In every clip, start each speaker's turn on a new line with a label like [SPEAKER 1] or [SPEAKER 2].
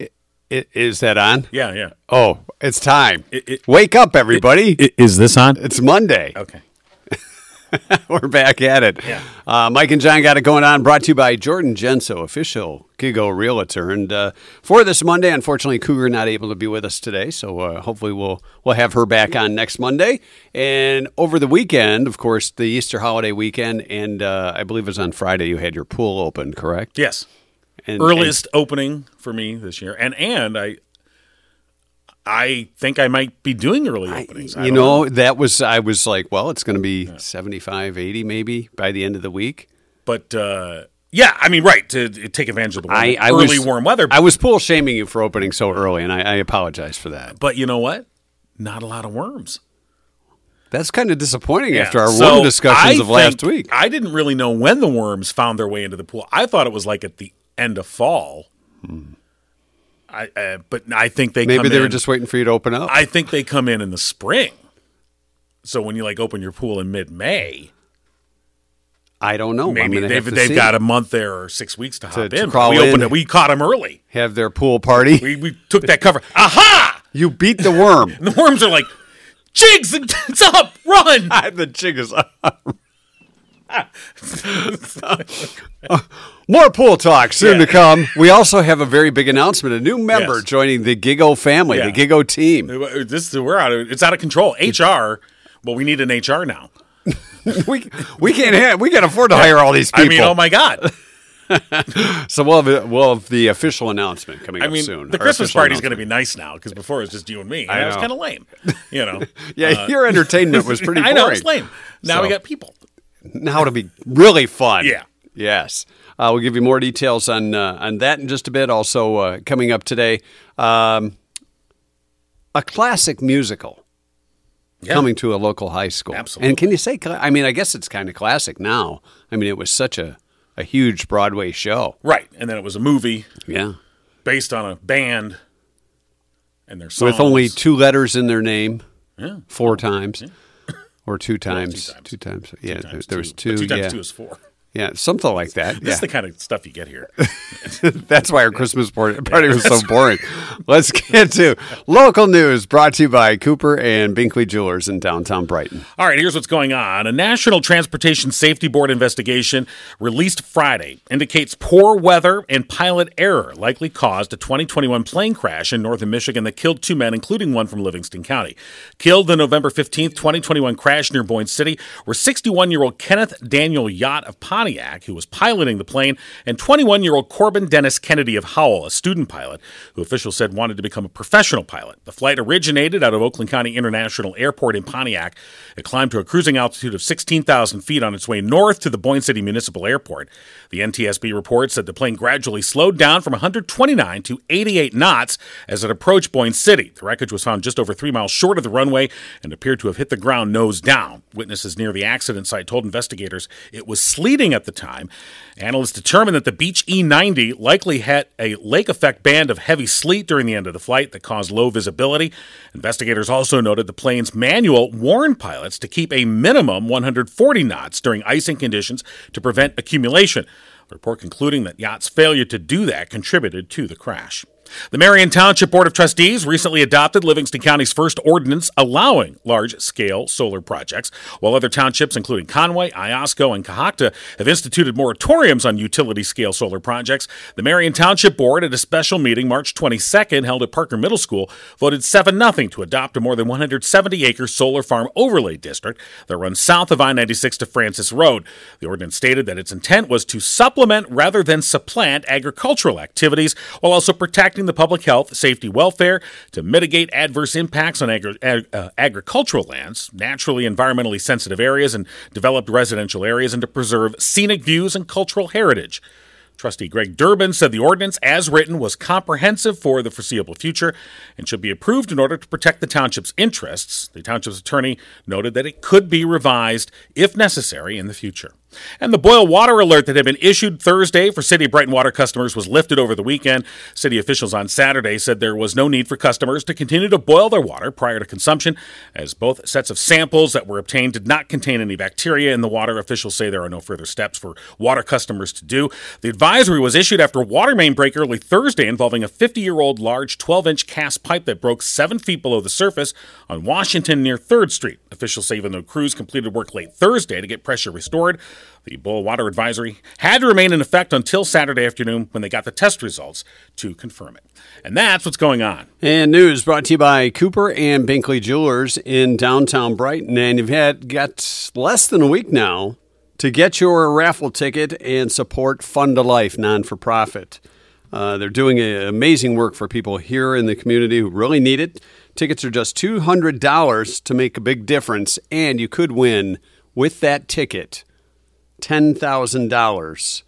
[SPEAKER 1] I- Is that on?
[SPEAKER 2] Yeah, yeah.
[SPEAKER 1] Oh, it's time.
[SPEAKER 2] It- it-
[SPEAKER 1] Wake up, everybody.
[SPEAKER 3] Is this on?
[SPEAKER 1] it's Monday.
[SPEAKER 2] Okay.
[SPEAKER 1] We're back at it. Uh, Mike and John got it going on. Brought to you by Jordan Genso, official Gigo Realtor. And uh, for this Monday, unfortunately, Cougar not able to be with us today. So uh, hopefully we'll we'll have her back on next Monday. And over the weekend, of course, the Easter holiday weekend, and uh, I believe it was on Friday. You had your pool open, correct?
[SPEAKER 2] Yes.
[SPEAKER 1] And,
[SPEAKER 2] Earliest opening for me this year, and and I, I think I might be doing early openings. I
[SPEAKER 1] you
[SPEAKER 2] don't
[SPEAKER 1] know, that was I was like, well, it's going to be 75, 80 maybe by the end of the week.
[SPEAKER 2] but uh, yeah, I mean, right to, to take advantage of the
[SPEAKER 1] I, I
[SPEAKER 2] early
[SPEAKER 1] was,
[SPEAKER 2] warm weather.
[SPEAKER 1] I was pool shaming you for opening so early, and I, I apologize for that.
[SPEAKER 2] but you know what? Not a lot of worms.
[SPEAKER 1] That's kind of disappointing after
[SPEAKER 2] Yeah.
[SPEAKER 1] our
[SPEAKER 2] So
[SPEAKER 1] worm discussions
[SPEAKER 2] I
[SPEAKER 1] of last
[SPEAKER 2] think-
[SPEAKER 1] week.
[SPEAKER 2] I didn't really know when the worms found their way into the pool. I thought it was like at the end of fall. I, uh, but I think they
[SPEAKER 1] Hmm. Maybe
[SPEAKER 2] come
[SPEAKER 1] they were
[SPEAKER 2] in-
[SPEAKER 1] just waiting for you to open up.
[SPEAKER 2] I think they come in in the spring. So when you like open your pool in mid-May,
[SPEAKER 1] I don't know.
[SPEAKER 2] maybe
[SPEAKER 1] I'm gonna have
[SPEAKER 2] they've
[SPEAKER 1] to
[SPEAKER 2] they've
[SPEAKER 1] see.
[SPEAKER 2] got a month there or six weeks to hop
[SPEAKER 1] to
[SPEAKER 2] in.
[SPEAKER 1] crawl
[SPEAKER 2] we opened
[SPEAKER 1] in.
[SPEAKER 2] it. We caught them early.
[SPEAKER 1] have their pool party.
[SPEAKER 2] We we took that cover. Aha!
[SPEAKER 1] You beat the worm.
[SPEAKER 2] And the worms are like, jigs, it's up, run.
[SPEAKER 1] the jig is up. More pool talk soon
[SPEAKER 2] Yeah.
[SPEAKER 1] to come. We also have a very big announcement: a new member
[SPEAKER 2] Yes.
[SPEAKER 1] joining the Gigo family,
[SPEAKER 2] Yeah.
[SPEAKER 1] the Gigo team.
[SPEAKER 2] This we're out of it's out of control. HR. Well, we need an HR now.
[SPEAKER 1] we we can't have, we can't afford to hire all these people.
[SPEAKER 2] I mean, oh my god.
[SPEAKER 1] So we'll have, we'll have the official annouement coming
[SPEAKER 2] I
[SPEAKER 1] up
[SPEAKER 2] mean,
[SPEAKER 1] soon.
[SPEAKER 2] the
[SPEAKER 1] our
[SPEAKER 2] Christmas
[SPEAKER 1] official
[SPEAKER 2] party's going to
[SPEAKER 1] announcement.
[SPEAKER 2] be nice now because before it was just you and me. And
[SPEAKER 1] I
[SPEAKER 2] It was
[SPEAKER 1] know.
[SPEAKER 2] kind of lame, you know.
[SPEAKER 1] Yeah,
[SPEAKER 2] Uh,
[SPEAKER 1] your entertainment was pretty.
[SPEAKER 2] I
[SPEAKER 1] boring.
[SPEAKER 2] know it's lame. Now we
[SPEAKER 1] So-
[SPEAKER 2] got people.
[SPEAKER 1] now to be really fun.
[SPEAKER 2] Yeah.
[SPEAKER 1] Yes. Uh, we'll give you more details on uh, on that in just a bit. Also uh, coming up today, um, a classic musical
[SPEAKER 2] Yeah.
[SPEAKER 1] coming to a local high school.
[SPEAKER 2] Absolutely.
[SPEAKER 1] And can you say? cla- I mean, I guess it's kind of classic now. I mean, it was such a a huge Broadway show.
[SPEAKER 2] Right, and then it was a movie
[SPEAKER 1] Yeah.
[SPEAKER 2] based on a band and their songs.
[SPEAKER 1] With only two letters in their name,
[SPEAKER 2] Yeah.
[SPEAKER 1] four times. Or two times,
[SPEAKER 2] times.
[SPEAKER 1] two times, yeah. there,
[SPEAKER 2] times
[SPEAKER 1] there was two,
[SPEAKER 2] two, but two times
[SPEAKER 1] yeah,
[SPEAKER 2] two is four.
[SPEAKER 1] yeah, something like that.
[SPEAKER 2] This
[SPEAKER 1] yeah.
[SPEAKER 2] is the kind of stuff you get here.
[SPEAKER 1] That's why our Christmas party, party was so boring. Let's get to local news brought to you by Cooper and Binkley Jewelers in downtown Brighton.
[SPEAKER 2] All right, here's what's going on. A National Transportation Safety Board investigation released Friday indicates poor weather and pilot error likely caused a 2021 plane crash in northern Michigan that killed two men, including one from Livingston County. Killed the November 15th, 2021 crash near Boyne City were 61 year old Kenneth Daniel Yacht of Pontiac, who was piloting the plane, and 21 year old Corbin Dennis Kennedy of Howell, a student pilot, who officials said wanted to become a professional pilot. The flight originated out of Oakland County International Airport in Pontiac. It climbed to a cruising altitude of 16,000 feet on its way north to the Boyne City Municipal Airport. The NTSB report said the plane gradually slowed down from 129 to 88 knots as it approached Boyne City. The wreckage was found just over three miles short of the runway and appeared to have hit the ground nose down. Witnesses near the accident site told investigators it was sleeting at the time. Analysts determined that the Beach E90 likely had a lake effect band of heavy sleet during the end of the flight that caused low visibility. Investigators also noted the plane's manual warned pilots to keep a minimum 140 knots during icing conditions to prevent accumulation. The report concluding that yacht's failure to do that contributed to the crash. The Marion Township Board of Trustees recently adopted Livingston County's first ordinance allowing large scale solar projects, while other townships, including Conway, Iosco, and Cahocta, have instituted moratoriums on utility scale solar projects. The Marion Township Board, at a special meeting March 22nd held at Parker Middle School, voted 7 0 to adopt a more than 170 acre solar farm overlay district that runs south of I 96 to Francis Road. The ordinance stated that its intent was to supplement rather than supplant agricultural activities while also protecting the public health, safety, welfare, to mitigate adverse impacts on agri- ag- uh, agricultural lands, naturally environmentally sensitive areas, and developed residential areas, and to preserve scenic views and cultural heritage. Trustee Greg Durbin said the ordinance, as written, was comprehensive for the foreseeable future and should be approved in order to protect the township's interests. The township's attorney noted that it could be revised if necessary in the future. And the boil water alert that had been issued Thursday for City of Brighton water customers was lifted over the weekend. City officials on Saturday said there was no need for customers to continue to boil their water prior to consumption, as both sets of samples that were obtained did not contain any bacteria in the water. Officials say there are no further steps for water customers to do. The advisory was issued after a water main break early Thursday involving a 50 year old large 12 inch cast pipe that broke seven feet below the surface on Washington near 3rd Street. Officials say even though crews completed work late Thursday to get pressure restored, the boil water advisory had to remain in effect until Saturday afternoon when they got the test results to confirm it. And that's what's going on.
[SPEAKER 1] And news brought to you by Cooper and Binkley Jewelers in downtown Brighton. And you've had got less than a week now to get your raffle ticket and support Fund to Life, non for profit. Uh, they're doing a, amazing work for people here in the community who really need it. Tickets are just $200 to make a big difference, and you could win with that ticket $10,000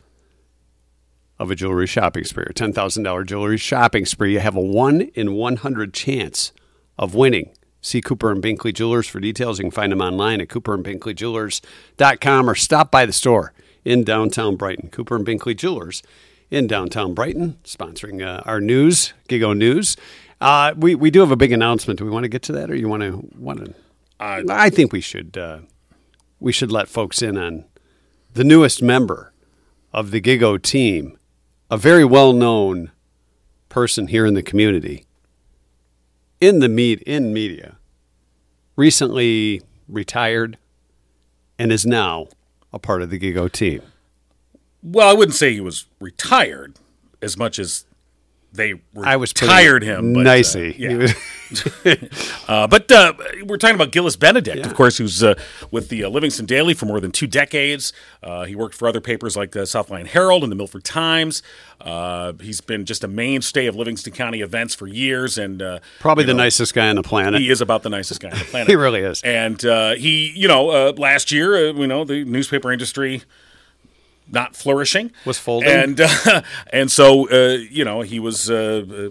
[SPEAKER 1] of a jewelry shopping spree, or $10,000 jewelry shopping spree. You have a 1 in 100 chance of winning. See Cooper and Binkley Jewelers for details. You can find them online at cooperandbinkleyjewelers.com or stop by the store in downtown Brighton. Cooper and Binkley Jewelers in downtown Brighton, sponsoring uh, our news, Gigo News. Uh, we, we do have a big announcement. Do we want to get to that, or you want to want to? Uh, I think we should uh, we should let folks in on the newest member of the Gigo team, a very well known person here in the community, in the meet in media, recently retired, and is now a part of the Gigo team.
[SPEAKER 2] Well, I wouldn't say he was retired as much as they
[SPEAKER 1] I was
[SPEAKER 2] tired him
[SPEAKER 1] but, nicely.
[SPEAKER 2] Uh, yeah. uh, but uh, we're talking about Gillis Benedict, yeah. of course, who's uh, with the Livingston Daily for more than two decades. Uh, he worked for other papers like the South Lyon Herald and the Milford Times. Uh, he's been just a mainstay of Livingston County events for years, and uh,
[SPEAKER 1] probably the know, nicest guy on the planet.
[SPEAKER 2] He is about the nicest guy on the planet.
[SPEAKER 1] he really is.
[SPEAKER 2] And uh, he, you know, last year, uh, you know, the newspaper industry not flourishing
[SPEAKER 1] was folding,
[SPEAKER 2] and uh, and so uh, you know he was. Uh,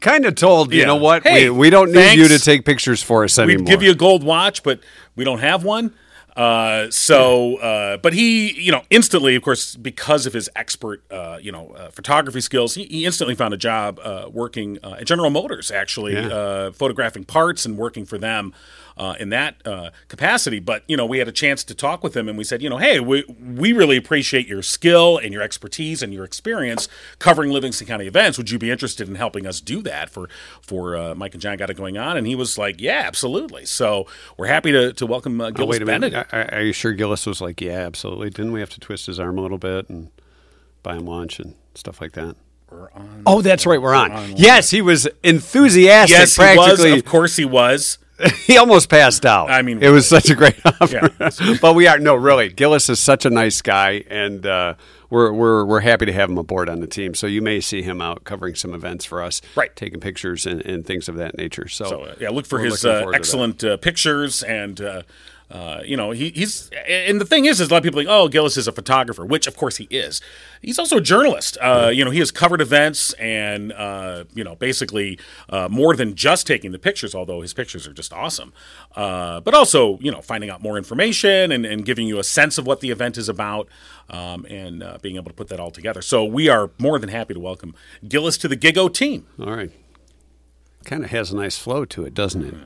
[SPEAKER 1] kind of told, yeah. you know what? Hey, we, we don't need thanks. you to take pictures for us anymore.
[SPEAKER 2] We'd give you a gold watch, but we don't have one. Uh, so, uh, but he, you know, instantly, of course, because of his expert, uh, you know, photography skills, he, he, instantly found a job uh, working at General Motors, actually, yeah. photographing parts and working for them. Uh, in that uh, capacity. But you know, we had a chance to talk with him, and we said, you know, hey, we we really appreciate your skill and your expertise and your experience covering Livingston County events. Would you be interested in helping us do that for for uh, Mike and John? Got it going on, and he was like, yeah, absolutely. So we're happy to, to welcome Gillis oh, wait a Minute.
[SPEAKER 1] Are, are, you sure Gillis was like, yeah, absolutely? Didn't we have to twist his arm a little bit and buy him lunch and stuff like that? oh, that's right. We're on. We're on yes, he was enthusiastic.
[SPEAKER 2] Yes,
[SPEAKER 1] practically.
[SPEAKER 2] Was, of course, he was
[SPEAKER 1] he almost passed out.
[SPEAKER 2] I mean,
[SPEAKER 1] it was such a great offer. Yeah. but we are no, really. Gillis is such a nice guy, and uh, we're we're we're happy to have him aboard on the team. So you may see him out covering some events for us,
[SPEAKER 2] right?
[SPEAKER 1] Taking pictures and, and things of that nature. So, so
[SPEAKER 2] uh, yeah, look for his uh, excellent pictures and. Uh, you know, he, he's and the thing is, is a lot of people think, oh, Gillis is a photographer, which of course he is. He's also a journalist. Uh, you know, he has covered events and uh, you know, basically uh, more than just taking the pictures, although his pictures are just awesome. Uh, but also, you know, finding out more information and, and, giving you a sense of what the event is about. Um, and being able to put that all together. So, we are more than happy to welcome Gillis to the Gigo team.
[SPEAKER 1] All right. Kind of has a nice flow to it, doesn't it? Yeah.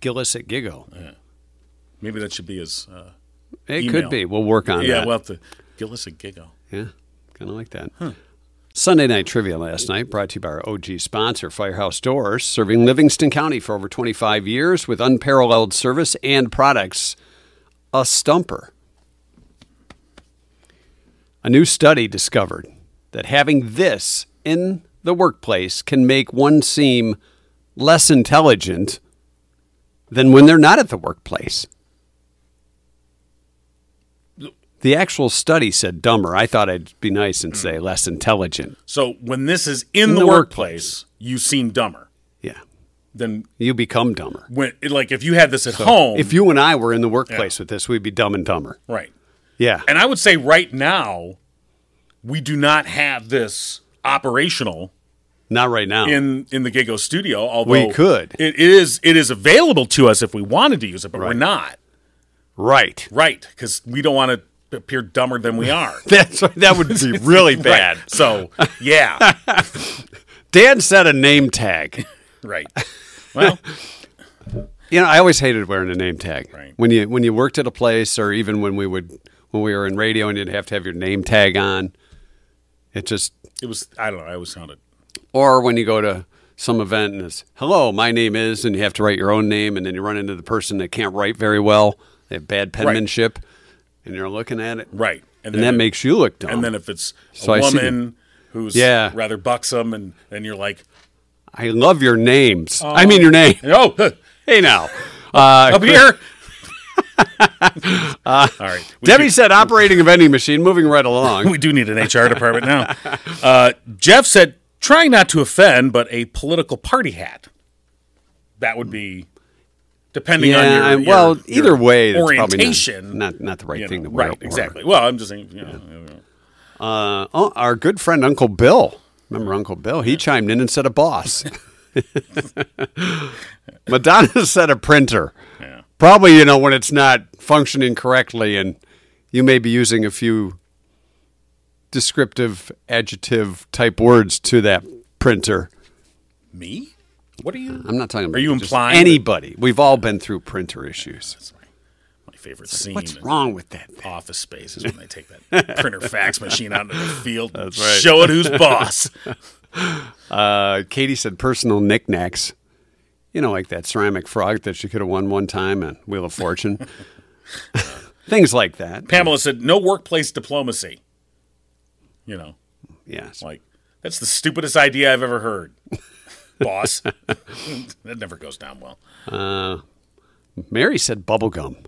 [SPEAKER 1] Gillis at Gigo.
[SPEAKER 2] Yeah. Maybe that should be his. Uh,
[SPEAKER 1] it could be. We'll work on
[SPEAKER 2] yeah,
[SPEAKER 1] that.
[SPEAKER 2] Yeah, we'll have to. Gillis and Gigo.
[SPEAKER 1] Yeah, kind of like that. Huh. Sunday night trivia last night, brought to you by our OG sponsor, Firehouse Doors, serving Livingston County for over 25 years with unparalleled service and products. A stumper. A new study discovered that having this in the workplace can make one seem less intelligent than when they're not at the workplace. The actual study said dumber. I thought I'd be nice and say less intelligent.
[SPEAKER 2] So when this is in, in the, the, workplace, workplace, you seem dumber.
[SPEAKER 1] Yeah.
[SPEAKER 2] Then
[SPEAKER 1] you become dumber.
[SPEAKER 2] When like if you had this at so home,
[SPEAKER 1] if you and I were in the workplace yeah. with this, we'd be dumb and dumber.
[SPEAKER 2] Right.
[SPEAKER 1] Yeah.
[SPEAKER 2] And I would say right now, we do not have this operational
[SPEAKER 1] not right now.
[SPEAKER 2] In in the Gigo studio, although
[SPEAKER 1] we could.
[SPEAKER 2] It is it is available to us if we wanted to use it, but right. we're not.
[SPEAKER 1] Right.
[SPEAKER 2] Right, because we don't want to appear dumber than we are.
[SPEAKER 1] That's that would be really bad.
[SPEAKER 2] Right. So, yeah,
[SPEAKER 1] Dan said a name tag.
[SPEAKER 2] right. Well,
[SPEAKER 1] You know, I always hated wearing a name tag.
[SPEAKER 2] Right.
[SPEAKER 1] When you when you worked at a place or even when we would when we were in radio and you'd have to have your name tag on. It just
[SPEAKER 2] it was, I don't know, I always sounded,
[SPEAKER 1] or when you go to some event and it's hello, my name is and you have to write your own name and then you run into the person that can't write very well, they have bad penmanship and you're looking at it.
[SPEAKER 2] right.
[SPEAKER 1] And, that makes you look dumb.
[SPEAKER 2] and then if it's a
[SPEAKER 1] So I see.
[SPEAKER 2] woman who's
[SPEAKER 1] Yeah.
[SPEAKER 2] rather buxom, and, and you're like,
[SPEAKER 1] I love your names. I mean your name.
[SPEAKER 2] oh,
[SPEAKER 1] Hey now. Uh,
[SPEAKER 2] up here. Uh, All right. We
[SPEAKER 1] Debbie said operating a vending machine, moving right along.
[SPEAKER 2] we do need an HR department now. Uh, Jeff said, trying not to offend, but a political party hat. That would be depending on your,
[SPEAKER 1] I'm-
[SPEAKER 2] your-
[SPEAKER 1] well,
[SPEAKER 2] your
[SPEAKER 1] either way, that's
[SPEAKER 2] orientation.
[SPEAKER 1] probably not, not not the right
[SPEAKER 2] you know,
[SPEAKER 1] thing to wear.
[SPEAKER 2] right,
[SPEAKER 1] at work.
[SPEAKER 2] exactly. Well, I'm just saying, you know,
[SPEAKER 1] Uh, oh, our good friend Uncle Bill. Remember Uncle Bill? He chimed in and said a boss. Madonna said a printer.
[SPEAKER 2] Yeah.
[SPEAKER 1] Probably, you know, when it's not functioning correctly, and you may be using a few descriptive adjective type words to that printer.
[SPEAKER 2] me? What are you?
[SPEAKER 1] I'm not talking about
[SPEAKER 2] Are you
[SPEAKER 1] just
[SPEAKER 2] implying that-
[SPEAKER 1] anybody? We've all been through printer issues.
[SPEAKER 2] That's my, my favorite scene.
[SPEAKER 1] What's
[SPEAKER 2] in
[SPEAKER 1] wrong with that? thing?
[SPEAKER 2] Office space is when they take that printer fax machine out into the field and
[SPEAKER 1] right.
[SPEAKER 2] show it who's boss.
[SPEAKER 1] Uh, Katie said personal knickknacks. You know, like that ceramic frog that she could have won one time at Wheel of Fortune. Things like that.
[SPEAKER 2] Pamela said, no workplace diplomacy. You know,
[SPEAKER 1] Yes.
[SPEAKER 2] Like, that's the stupidest idea I've ever heard, boss. that never goes down well.
[SPEAKER 1] Uh, Mary said bubblegum.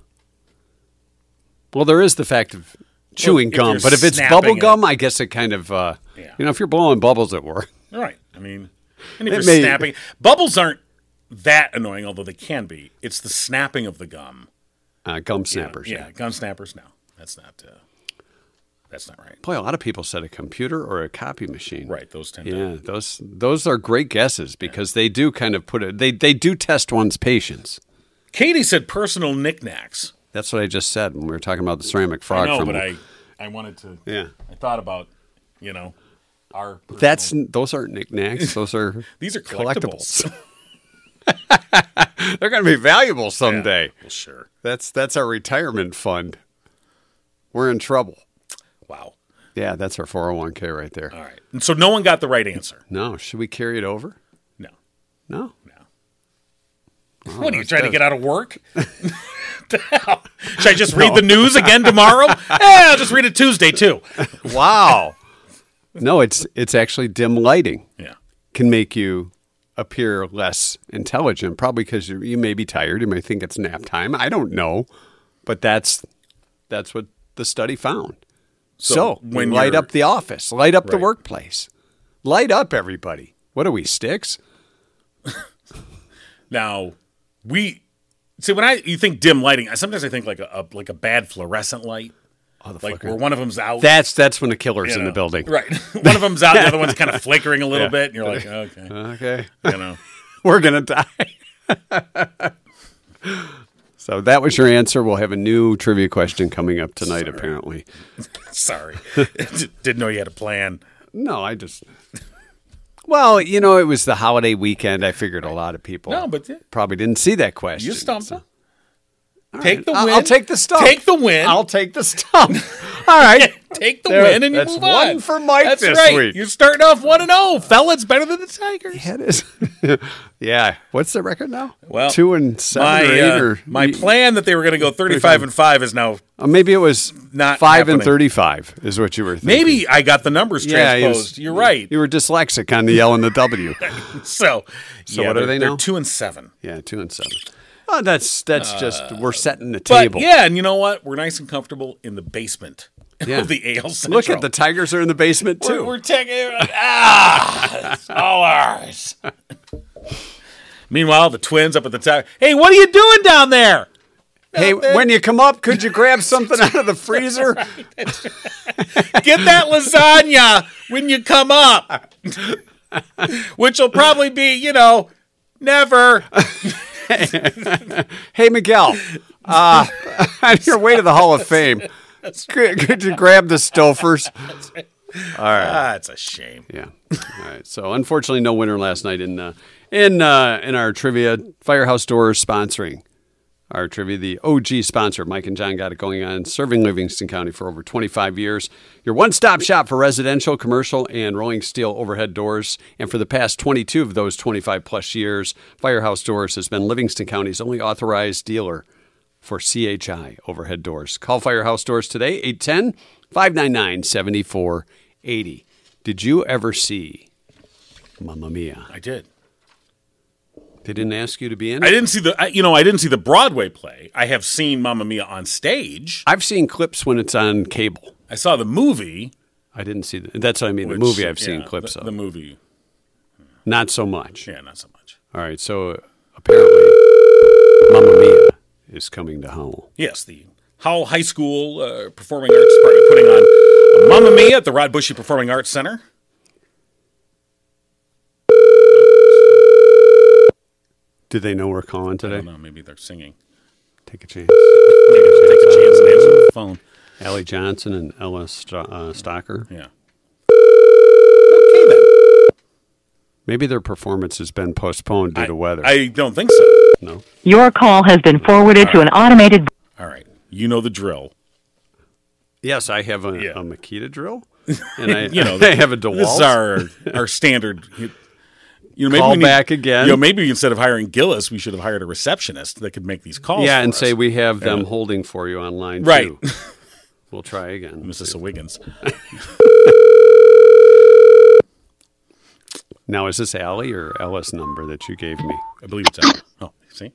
[SPEAKER 1] Well, there is the fact of chewing
[SPEAKER 2] if
[SPEAKER 1] gum,
[SPEAKER 2] you're
[SPEAKER 1] but if it's
[SPEAKER 2] snapping
[SPEAKER 1] bubble gum, I guess it kind of, uh,
[SPEAKER 2] Yeah.
[SPEAKER 1] you know, if you're blowing bubbles at work.
[SPEAKER 2] All right. I mean, and if you're
[SPEAKER 1] may-
[SPEAKER 2] snapping, bubbles aren't that annoying, although they can be. It's the snapping of the gum.
[SPEAKER 1] Uh, gum snappers.
[SPEAKER 2] Yeah, gum snappers. No, that's not. Uh, that's not right.
[SPEAKER 1] Boy, a lot of people said a computer or a copy machine.
[SPEAKER 2] Right. Those tend to.
[SPEAKER 1] Yeah, those those are great guesses because they do kind of put it. They they do test one's patience.
[SPEAKER 2] Katie said personal knickknacks.
[SPEAKER 1] That's what I just said when we were talking about the ceramic
[SPEAKER 2] I
[SPEAKER 1] frog.
[SPEAKER 2] know,
[SPEAKER 1] from
[SPEAKER 2] but I, I wanted to.
[SPEAKER 1] Yeah.
[SPEAKER 2] I thought about, you know, our. personal-
[SPEAKER 1] that's those aren't knickknacks. Those are
[SPEAKER 2] these are collectibles.
[SPEAKER 1] They're going to be valuable someday.
[SPEAKER 2] Well, sure.
[SPEAKER 1] That's that's our retirement fund. We're in trouble.
[SPEAKER 2] Wow.
[SPEAKER 1] Yeah, that's our four hundred one k right there.
[SPEAKER 2] All right. And so no one got the right answer.
[SPEAKER 1] No, should we carry it over?
[SPEAKER 2] No.
[SPEAKER 1] No.
[SPEAKER 2] what are you trying to get out of work? What the hell? Should I just read the news again tomorrow? yeah, I'll just read it Tuesday too.
[SPEAKER 1] Wow. no, it's it's actually dim lighting
[SPEAKER 2] Yeah.
[SPEAKER 1] can make you appear less intelligent, probably because you you may be tired. You may think it's nap time. I don't know, but that's that's what the study found. So,
[SPEAKER 2] when
[SPEAKER 1] when light
[SPEAKER 2] you're-
[SPEAKER 1] up the office, light up the
[SPEAKER 2] Right.
[SPEAKER 1] workplace, light up everybody. What are we sticks?
[SPEAKER 2] Now we see when I you think dim lighting, I sometimes I think like a, a like a bad fluorescent light.
[SPEAKER 1] Oh, the
[SPEAKER 2] Like
[SPEAKER 1] fucker.
[SPEAKER 2] where one of them's out.
[SPEAKER 1] That's that's when the killer's
[SPEAKER 2] you
[SPEAKER 1] in the
[SPEAKER 2] know.
[SPEAKER 1] building.
[SPEAKER 2] Right. One of them's out, the other one's kind of flickering a little bit, and you're like, okay.
[SPEAKER 1] Okay,
[SPEAKER 2] You know.
[SPEAKER 1] we're gonna die. so that was your answer. We'll have a new trivia question coming up tonight. Apparently,
[SPEAKER 2] Sorry. Didn't know you had a plan.
[SPEAKER 1] no, I just. Well, you know, it was the holiday weekend. I figured a lot of people
[SPEAKER 2] No, but you
[SPEAKER 1] probably didn't see that question.
[SPEAKER 2] stumped him.
[SPEAKER 1] All
[SPEAKER 2] Take the
[SPEAKER 1] I'll-
[SPEAKER 2] win.
[SPEAKER 1] I'll take the stump.
[SPEAKER 2] Take the win.
[SPEAKER 1] I'll take the stump. All right.
[SPEAKER 2] Take the
[SPEAKER 1] There-
[SPEAKER 2] win and you
[SPEAKER 1] that's
[SPEAKER 2] move
[SPEAKER 1] one
[SPEAKER 2] on.
[SPEAKER 1] for Mike
[SPEAKER 2] that's
[SPEAKER 1] this
[SPEAKER 2] right.
[SPEAKER 1] week.
[SPEAKER 2] You're starting off one and zero. Fella's better than the Tigers.
[SPEAKER 1] It is. yeah. What's the record now?
[SPEAKER 2] Well,
[SPEAKER 1] two and seven
[SPEAKER 2] my
[SPEAKER 1] or eight
[SPEAKER 2] uh,
[SPEAKER 1] or
[SPEAKER 2] my
[SPEAKER 1] y-
[SPEAKER 2] plan that they were going to go 35 and 5 is now
[SPEAKER 1] uh, maybe it was
[SPEAKER 2] Not
[SPEAKER 1] five and
[SPEAKER 2] happening.
[SPEAKER 1] thirty-five is what you were thinking.
[SPEAKER 2] maybe I got the numbers
[SPEAKER 1] Yeah, he was-
[SPEAKER 2] transposed. You're right.
[SPEAKER 1] you were dyslexic on the L and the W.
[SPEAKER 2] so, yeah,
[SPEAKER 1] what are
[SPEAKER 2] they're-
[SPEAKER 1] they
[SPEAKER 2] They're
[SPEAKER 1] now?
[SPEAKER 2] 2 and 7.
[SPEAKER 1] yeah, two and seven. Oh, that's that's just we're setting the
[SPEAKER 2] But
[SPEAKER 1] table.
[SPEAKER 2] yeah, and you know what? We're nice and comfortable in the basement
[SPEAKER 1] Yeah.
[SPEAKER 2] of the AL Central.
[SPEAKER 1] Look at the Tigers are in the basement
[SPEAKER 2] We're,
[SPEAKER 1] too.
[SPEAKER 2] we're taking ah, it's all ours. Meanwhile, the twins up at the tower. Hey, what are you doing down there?
[SPEAKER 1] hey, when you come up, could you grab something out of the freezer?
[SPEAKER 2] Get that lasagna when you come up, which will probably be, you know, never.
[SPEAKER 1] Hey, Miguel. Uh, on your way to the Hall of Fame. Good, good to grab the Stofers. All right.
[SPEAKER 2] Ah, it's a shame.
[SPEAKER 1] Yeah. All right. So unfortunately, no winner last night in uh, in uh, in our trivia. Firehouse Doors sponsoring our trivia, the OG sponsor. Mike and John got it going on, serving Livingston County for over 25 years. Your one stop shop for residential, commercial, and rolling steel overhead doors. And for the past 22 of those 25 plus years, Firehouse Doors has been Livingston County's only authorized dealer for CHI overhead doors. Call Firehouse Doors today, 810 599 7480. Did you ever see Mamma Mia?
[SPEAKER 2] I did.
[SPEAKER 1] They didn't ask you to be in
[SPEAKER 2] I
[SPEAKER 1] it?
[SPEAKER 2] didn't see the I- you know I didn't see the Broadway play. I have seen Mamma Mia on stage.
[SPEAKER 1] I've seen clips when it's on cable.
[SPEAKER 2] I saw the movie.
[SPEAKER 1] I didn't see the, that's what I mean.
[SPEAKER 2] which-
[SPEAKER 1] the movie I've seen
[SPEAKER 2] yeah,
[SPEAKER 1] clips
[SPEAKER 2] the,
[SPEAKER 1] of.
[SPEAKER 2] The movie,
[SPEAKER 1] Not so much.
[SPEAKER 2] yeah, not so much.
[SPEAKER 1] All right. So apparently, Mamma Mia is coming to Howell.
[SPEAKER 2] Yes, the Howell High School uh, Performing Arts Department putting on Mamma Mia at the Rod Bushy Performing Arts Center.
[SPEAKER 1] Did they know we're calling
[SPEAKER 2] I
[SPEAKER 1] today?
[SPEAKER 2] don't know, maybe they're singing.
[SPEAKER 1] Take a chance.
[SPEAKER 2] Maybe just take a chance and answer the phone.
[SPEAKER 1] Allie Johnson and Ella St- uh,
[SPEAKER 2] Mm.
[SPEAKER 1] Stocker.
[SPEAKER 2] Yeah. Okay then.
[SPEAKER 1] Maybe their performance has been postponed due to weather.
[SPEAKER 2] I don't think so.
[SPEAKER 1] no.
[SPEAKER 3] Your call has been forwarded to an automated.
[SPEAKER 2] All right, you know the drill.
[SPEAKER 1] Yes, I have a,
[SPEAKER 2] Yeah.
[SPEAKER 1] a Makita drill, and I,
[SPEAKER 2] You know,
[SPEAKER 1] I have a
[SPEAKER 2] This
[SPEAKER 1] DeWalt.
[SPEAKER 2] is our our standard. You know, maybe
[SPEAKER 1] Call
[SPEAKER 2] we need-
[SPEAKER 1] back again.
[SPEAKER 2] You know, maybe instead of hiring Gillis, we should have hired a receptionist that could make these calls.
[SPEAKER 1] yeah,
[SPEAKER 2] for
[SPEAKER 1] and
[SPEAKER 2] us.
[SPEAKER 1] say we have them holding for you online.
[SPEAKER 2] Right.
[SPEAKER 1] Too. We'll try again.
[SPEAKER 2] Mrs. Wiggins.
[SPEAKER 1] Now, is this Allie or Ella's number that you gave me?
[SPEAKER 2] I believe it's Ella. Oh, see.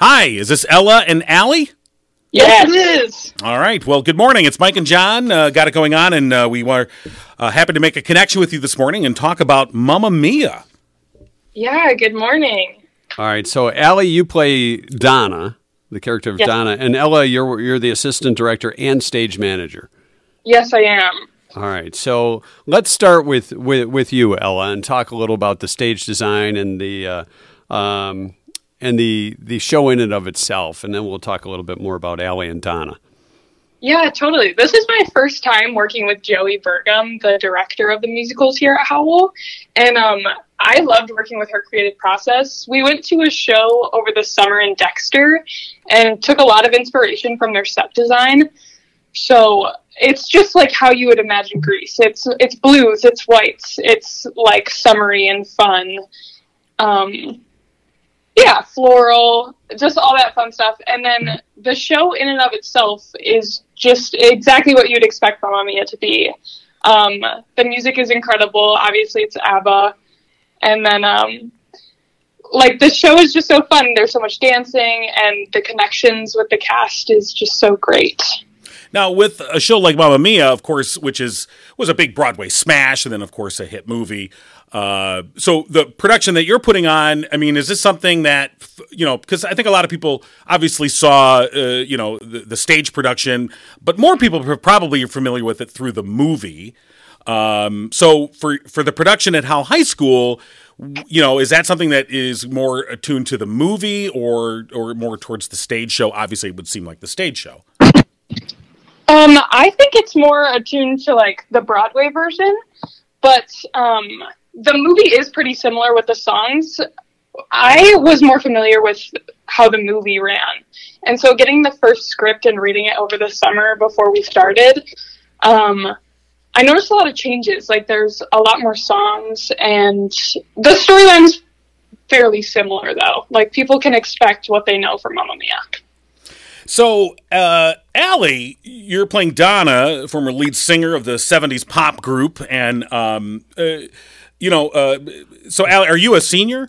[SPEAKER 2] Hi, is this Ella and Allie?
[SPEAKER 4] Yes, it is.
[SPEAKER 2] All right. Well, good morning. It's Mike and John. Uh, got it going on, and uh, we are uh, happy to make a connection with you this morning and talk about Mamma Mia.
[SPEAKER 4] Yeah, good morning.
[SPEAKER 1] All right. So, Allie, you play Donna, the character of
[SPEAKER 4] Yes.
[SPEAKER 1] Donna, and Ella, you're you're the assistant director and stage manager.
[SPEAKER 4] Yes, I am.
[SPEAKER 1] All right. So let's start with with, with you, Ella, and talk a little about the stage design and the uh, um, and the the show in and of itself, and then we'll talk a little bit more about Allie and Donna.
[SPEAKER 4] Yeah, totally. This is my first time working with Joey Burgum, the director of the musicals here at Howell, and um, I loved working with her creative process. We went to a show over the summer in Dexter and took a lot of inspiration from their set design. So it's just like how you would imagine Greece. It's it's blues, it's whites, it's like summery and fun. Um, yeah, floral, just all that fun stuff. And then the show in and of itself is just exactly what you'd expect Mamma Mia to be. Um, the music is incredible. Obviously, it's ABBA. And then, um, like, the show is just so fun. There's so much dancing, and the connections with the cast is just so great.
[SPEAKER 2] Now, with a show like Mamma Mia, of course, which is was a big Broadway smash, and then of course a hit movie. Uh, so the production that you're putting on, I mean, is this something that f- you know? Because I think a lot of people obviously saw, uh, you know, the, the stage production, but more people are probably familiar with it through the movie. Um, so for for the production at Howe High School, w- you know, is that something that is more attuned to the movie or or more towards the stage show? Obviously, it would seem like the stage show.
[SPEAKER 4] Um, I think it's more attuned to like the Broadway version, but um, the movie is pretty similar with the songs. I was more familiar with how the movie ran, and so getting the first script and reading it over the summer before we started, um, I noticed a lot of changes. Like there's a lot more songs, and the storyline's fairly similar though. Like people can expect what they know from Mamma Mia.
[SPEAKER 2] So, uh, Allie, you're playing Donna, former lead singer of the 70s pop group. And, um, uh, you know, uh, so, Allie, are you a senior?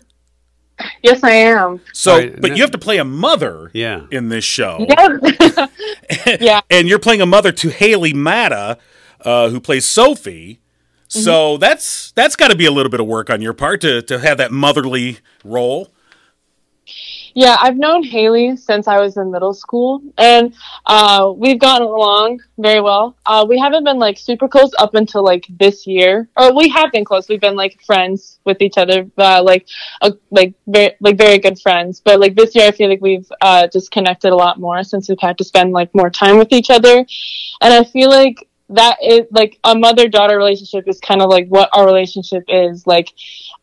[SPEAKER 4] Yes, I am.
[SPEAKER 2] So,
[SPEAKER 1] Right,
[SPEAKER 2] but
[SPEAKER 1] no.
[SPEAKER 2] you have to play a mother
[SPEAKER 1] Yeah.
[SPEAKER 2] in this show.
[SPEAKER 4] Oh, yeah.
[SPEAKER 2] And you're playing a mother to Haley Matta, uh, who plays Sophie. So that's that's got to be a little bit of work on your part to, to have that motherly role.
[SPEAKER 5] Yeah, I've known Haley since I was in middle school, and uh, we've gotten along very well. Uh, we haven't been like super close up until like this year, or we have been close. We've been like friends with each other, uh, like uh, like very like very good friends. But like this year, I feel like we've uh, just connected a lot more since we've had to spend like more time with each other, and I feel like that is like a mother daughter relationship is kind of like what our relationship is like.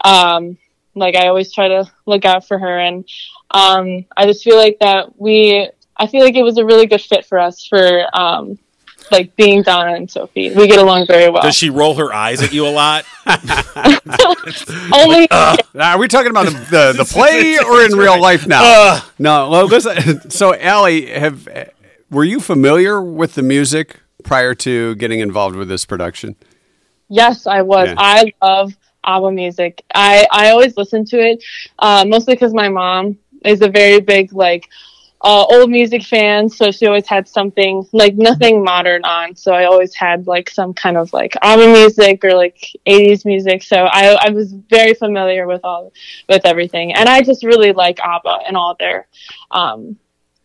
[SPEAKER 5] Um, like I always try to look out for her and um, I just feel like that we I feel like it was a really good fit for us for um, like being Donna and Sophie. We get along very well.
[SPEAKER 2] Does she roll her eyes at you a lot?
[SPEAKER 5] Only
[SPEAKER 1] Now, Uh, Are we talking about the, the, the play or in real life now? no, well, listen. So, Allie, have were you familiar with the music prior to getting involved with this production?
[SPEAKER 5] Yes, I was.
[SPEAKER 1] Yeah.
[SPEAKER 5] I love ABBA music. I, I always listen to it, uh, mostly because my mom is a very big, like, uh, old music fan. So she always had something, like, nothing modern on. So I always had, like, some kind of, like, ABBA music or, like, 80s music. So I, I was very familiar with all, with everything. And I just really like ABBA and all their, um,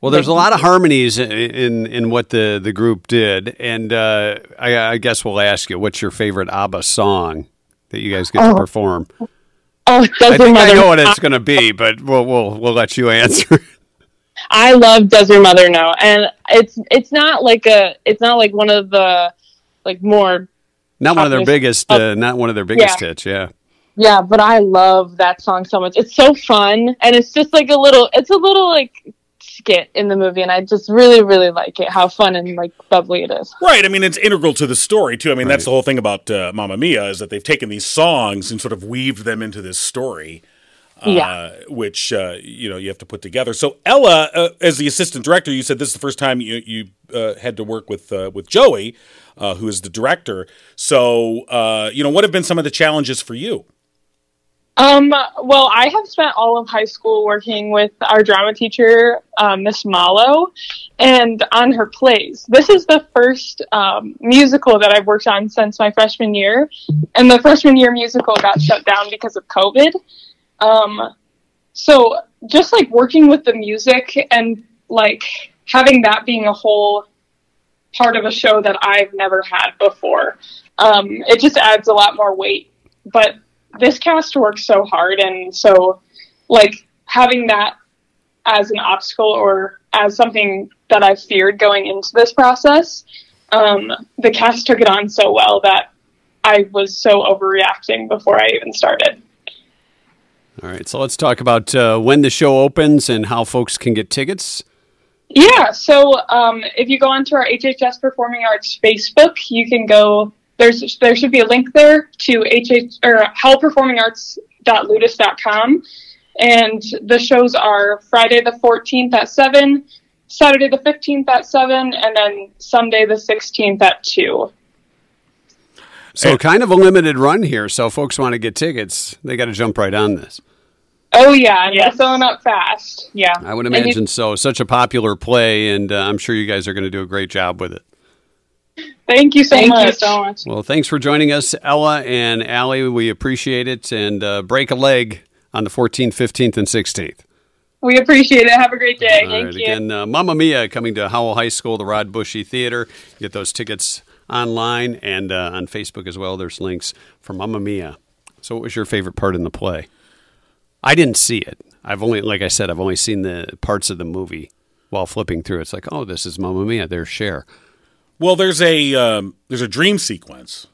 [SPEAKER 1] Well, there's a lot of harmonies in in, in what the, the group did, and uh, I, I guess we'll ask you what's your favorite ABBA song that you guys get to perform.
[SPEAKER 5] oh,
[SPEAKER 1] I
[SPEAKER 5] Desert
[SPEAKER 1] think I
[SPEAKER 5] Mother.
[SPEAKER 1] know what it's going to be, but we'll we'll we'll let you answer.
[SPEAKER 5] I love Does Your Mother Know? And it's it's not like a it's not like one of the like more
[SPEAKER 1] Not one of their
[SPEAKER 5] Obviously.
[SPEAKER 1] biggest, uh, not one of their biggest hits. Yeah.
[SPEAKER 5] yeah, but I love that song so much. It's so fun and it's just like a little it's a little like skit in the movie and I just really, really like it, how fun and like bubbly it is.
[SPEAKER 2] Right. I mean, it's integral to the story too. I mean, that's the whole thing about uh, Mamma Mia is that they've taken these songs and sort of weaved them into this story. Uh,
[SPEAKER 5] Yeah.
[SPEAKER 2] Which uh, you know you have to put together. So Ella, uh, as the assistant director, you said this is the first time you you uh, had to work with uh, with Joey, uh, who is the director. So uh, you know what have been some of the challenges for you?
[SPEAKER 4] Um, well, I have spent all of high school working with our drama teacher,
[SPEAKER 5] uh,
[SPEAKER 4] um, Miss Malo, and on her plays. This is the first um, musical that I've worked on since my freshman year, and the freshman year musical got shut down because of COVID. Um, so, just like working with the music and like having that being a whole part of a show that I've never had before, um, it just adds a lot more weight. But this cast works so hard and so like having that as an obstacle or as something that i feared going into this process um, the cast took it on so well that i was so overreacting before i even started
[SPEAKER 1] All right. So let's talk about uh, when the show opens and how folks can get tickets.
[SPEAKER 4] Yeah, so um, if you go onto our HHS Performing Arts Facebook, you can go. There's there should be a link there to HH or howperformingarts.ludus.com, and the shows are Friday the 14th at seven, Saturday the 15th at seven, and then Sunday the 16th at two.
[SPEAKER 1] So
[SPEAKER 2] Hey.
[SPEAKER 1] kind of a limited run here. So folks want to get tickets, they got to jump right on this.
[SPEAKER 4] Oh yeah, and
[SPEAKER 5] Yes.
[SPEAKER 4] they're filling up fast. Yeah,
[SPEAKER 1] I would
[SPEAKER 4] And you-
[SPEAKER 1] imagine so. Such a popular play, and uh, I'm sure you guys are going to do a great job with it.
[SPEAKER 4] thank you so
[SPEAKER 5] Thank
[SPEAKER 4] much.
[SPEAKER 5] you so much.
[SPEAKER 1] Well, thanks for joining us, Ella and Allie. We appreciate it. And uh, break a leg on the 14th, 15th, and 16th.
[SPEAKER 4] We appreciate it. Have a great day.
[SPEAKER 1] All right, Again, uh, Mamma Mia coming to Howell High School, the Rod Bushy Theater. Get those tickets online and uh, on Facebook as well. There's links for Mamma Mia. So, what was your favorite part in the play? I didn't see it. I've only, like I said, I've only seen the parts of the movie while flipping through. It's like, oh, this is Mamma Mia. There's Cher.
[SPEAKER 2] Well, there's a um, there's a dream sequence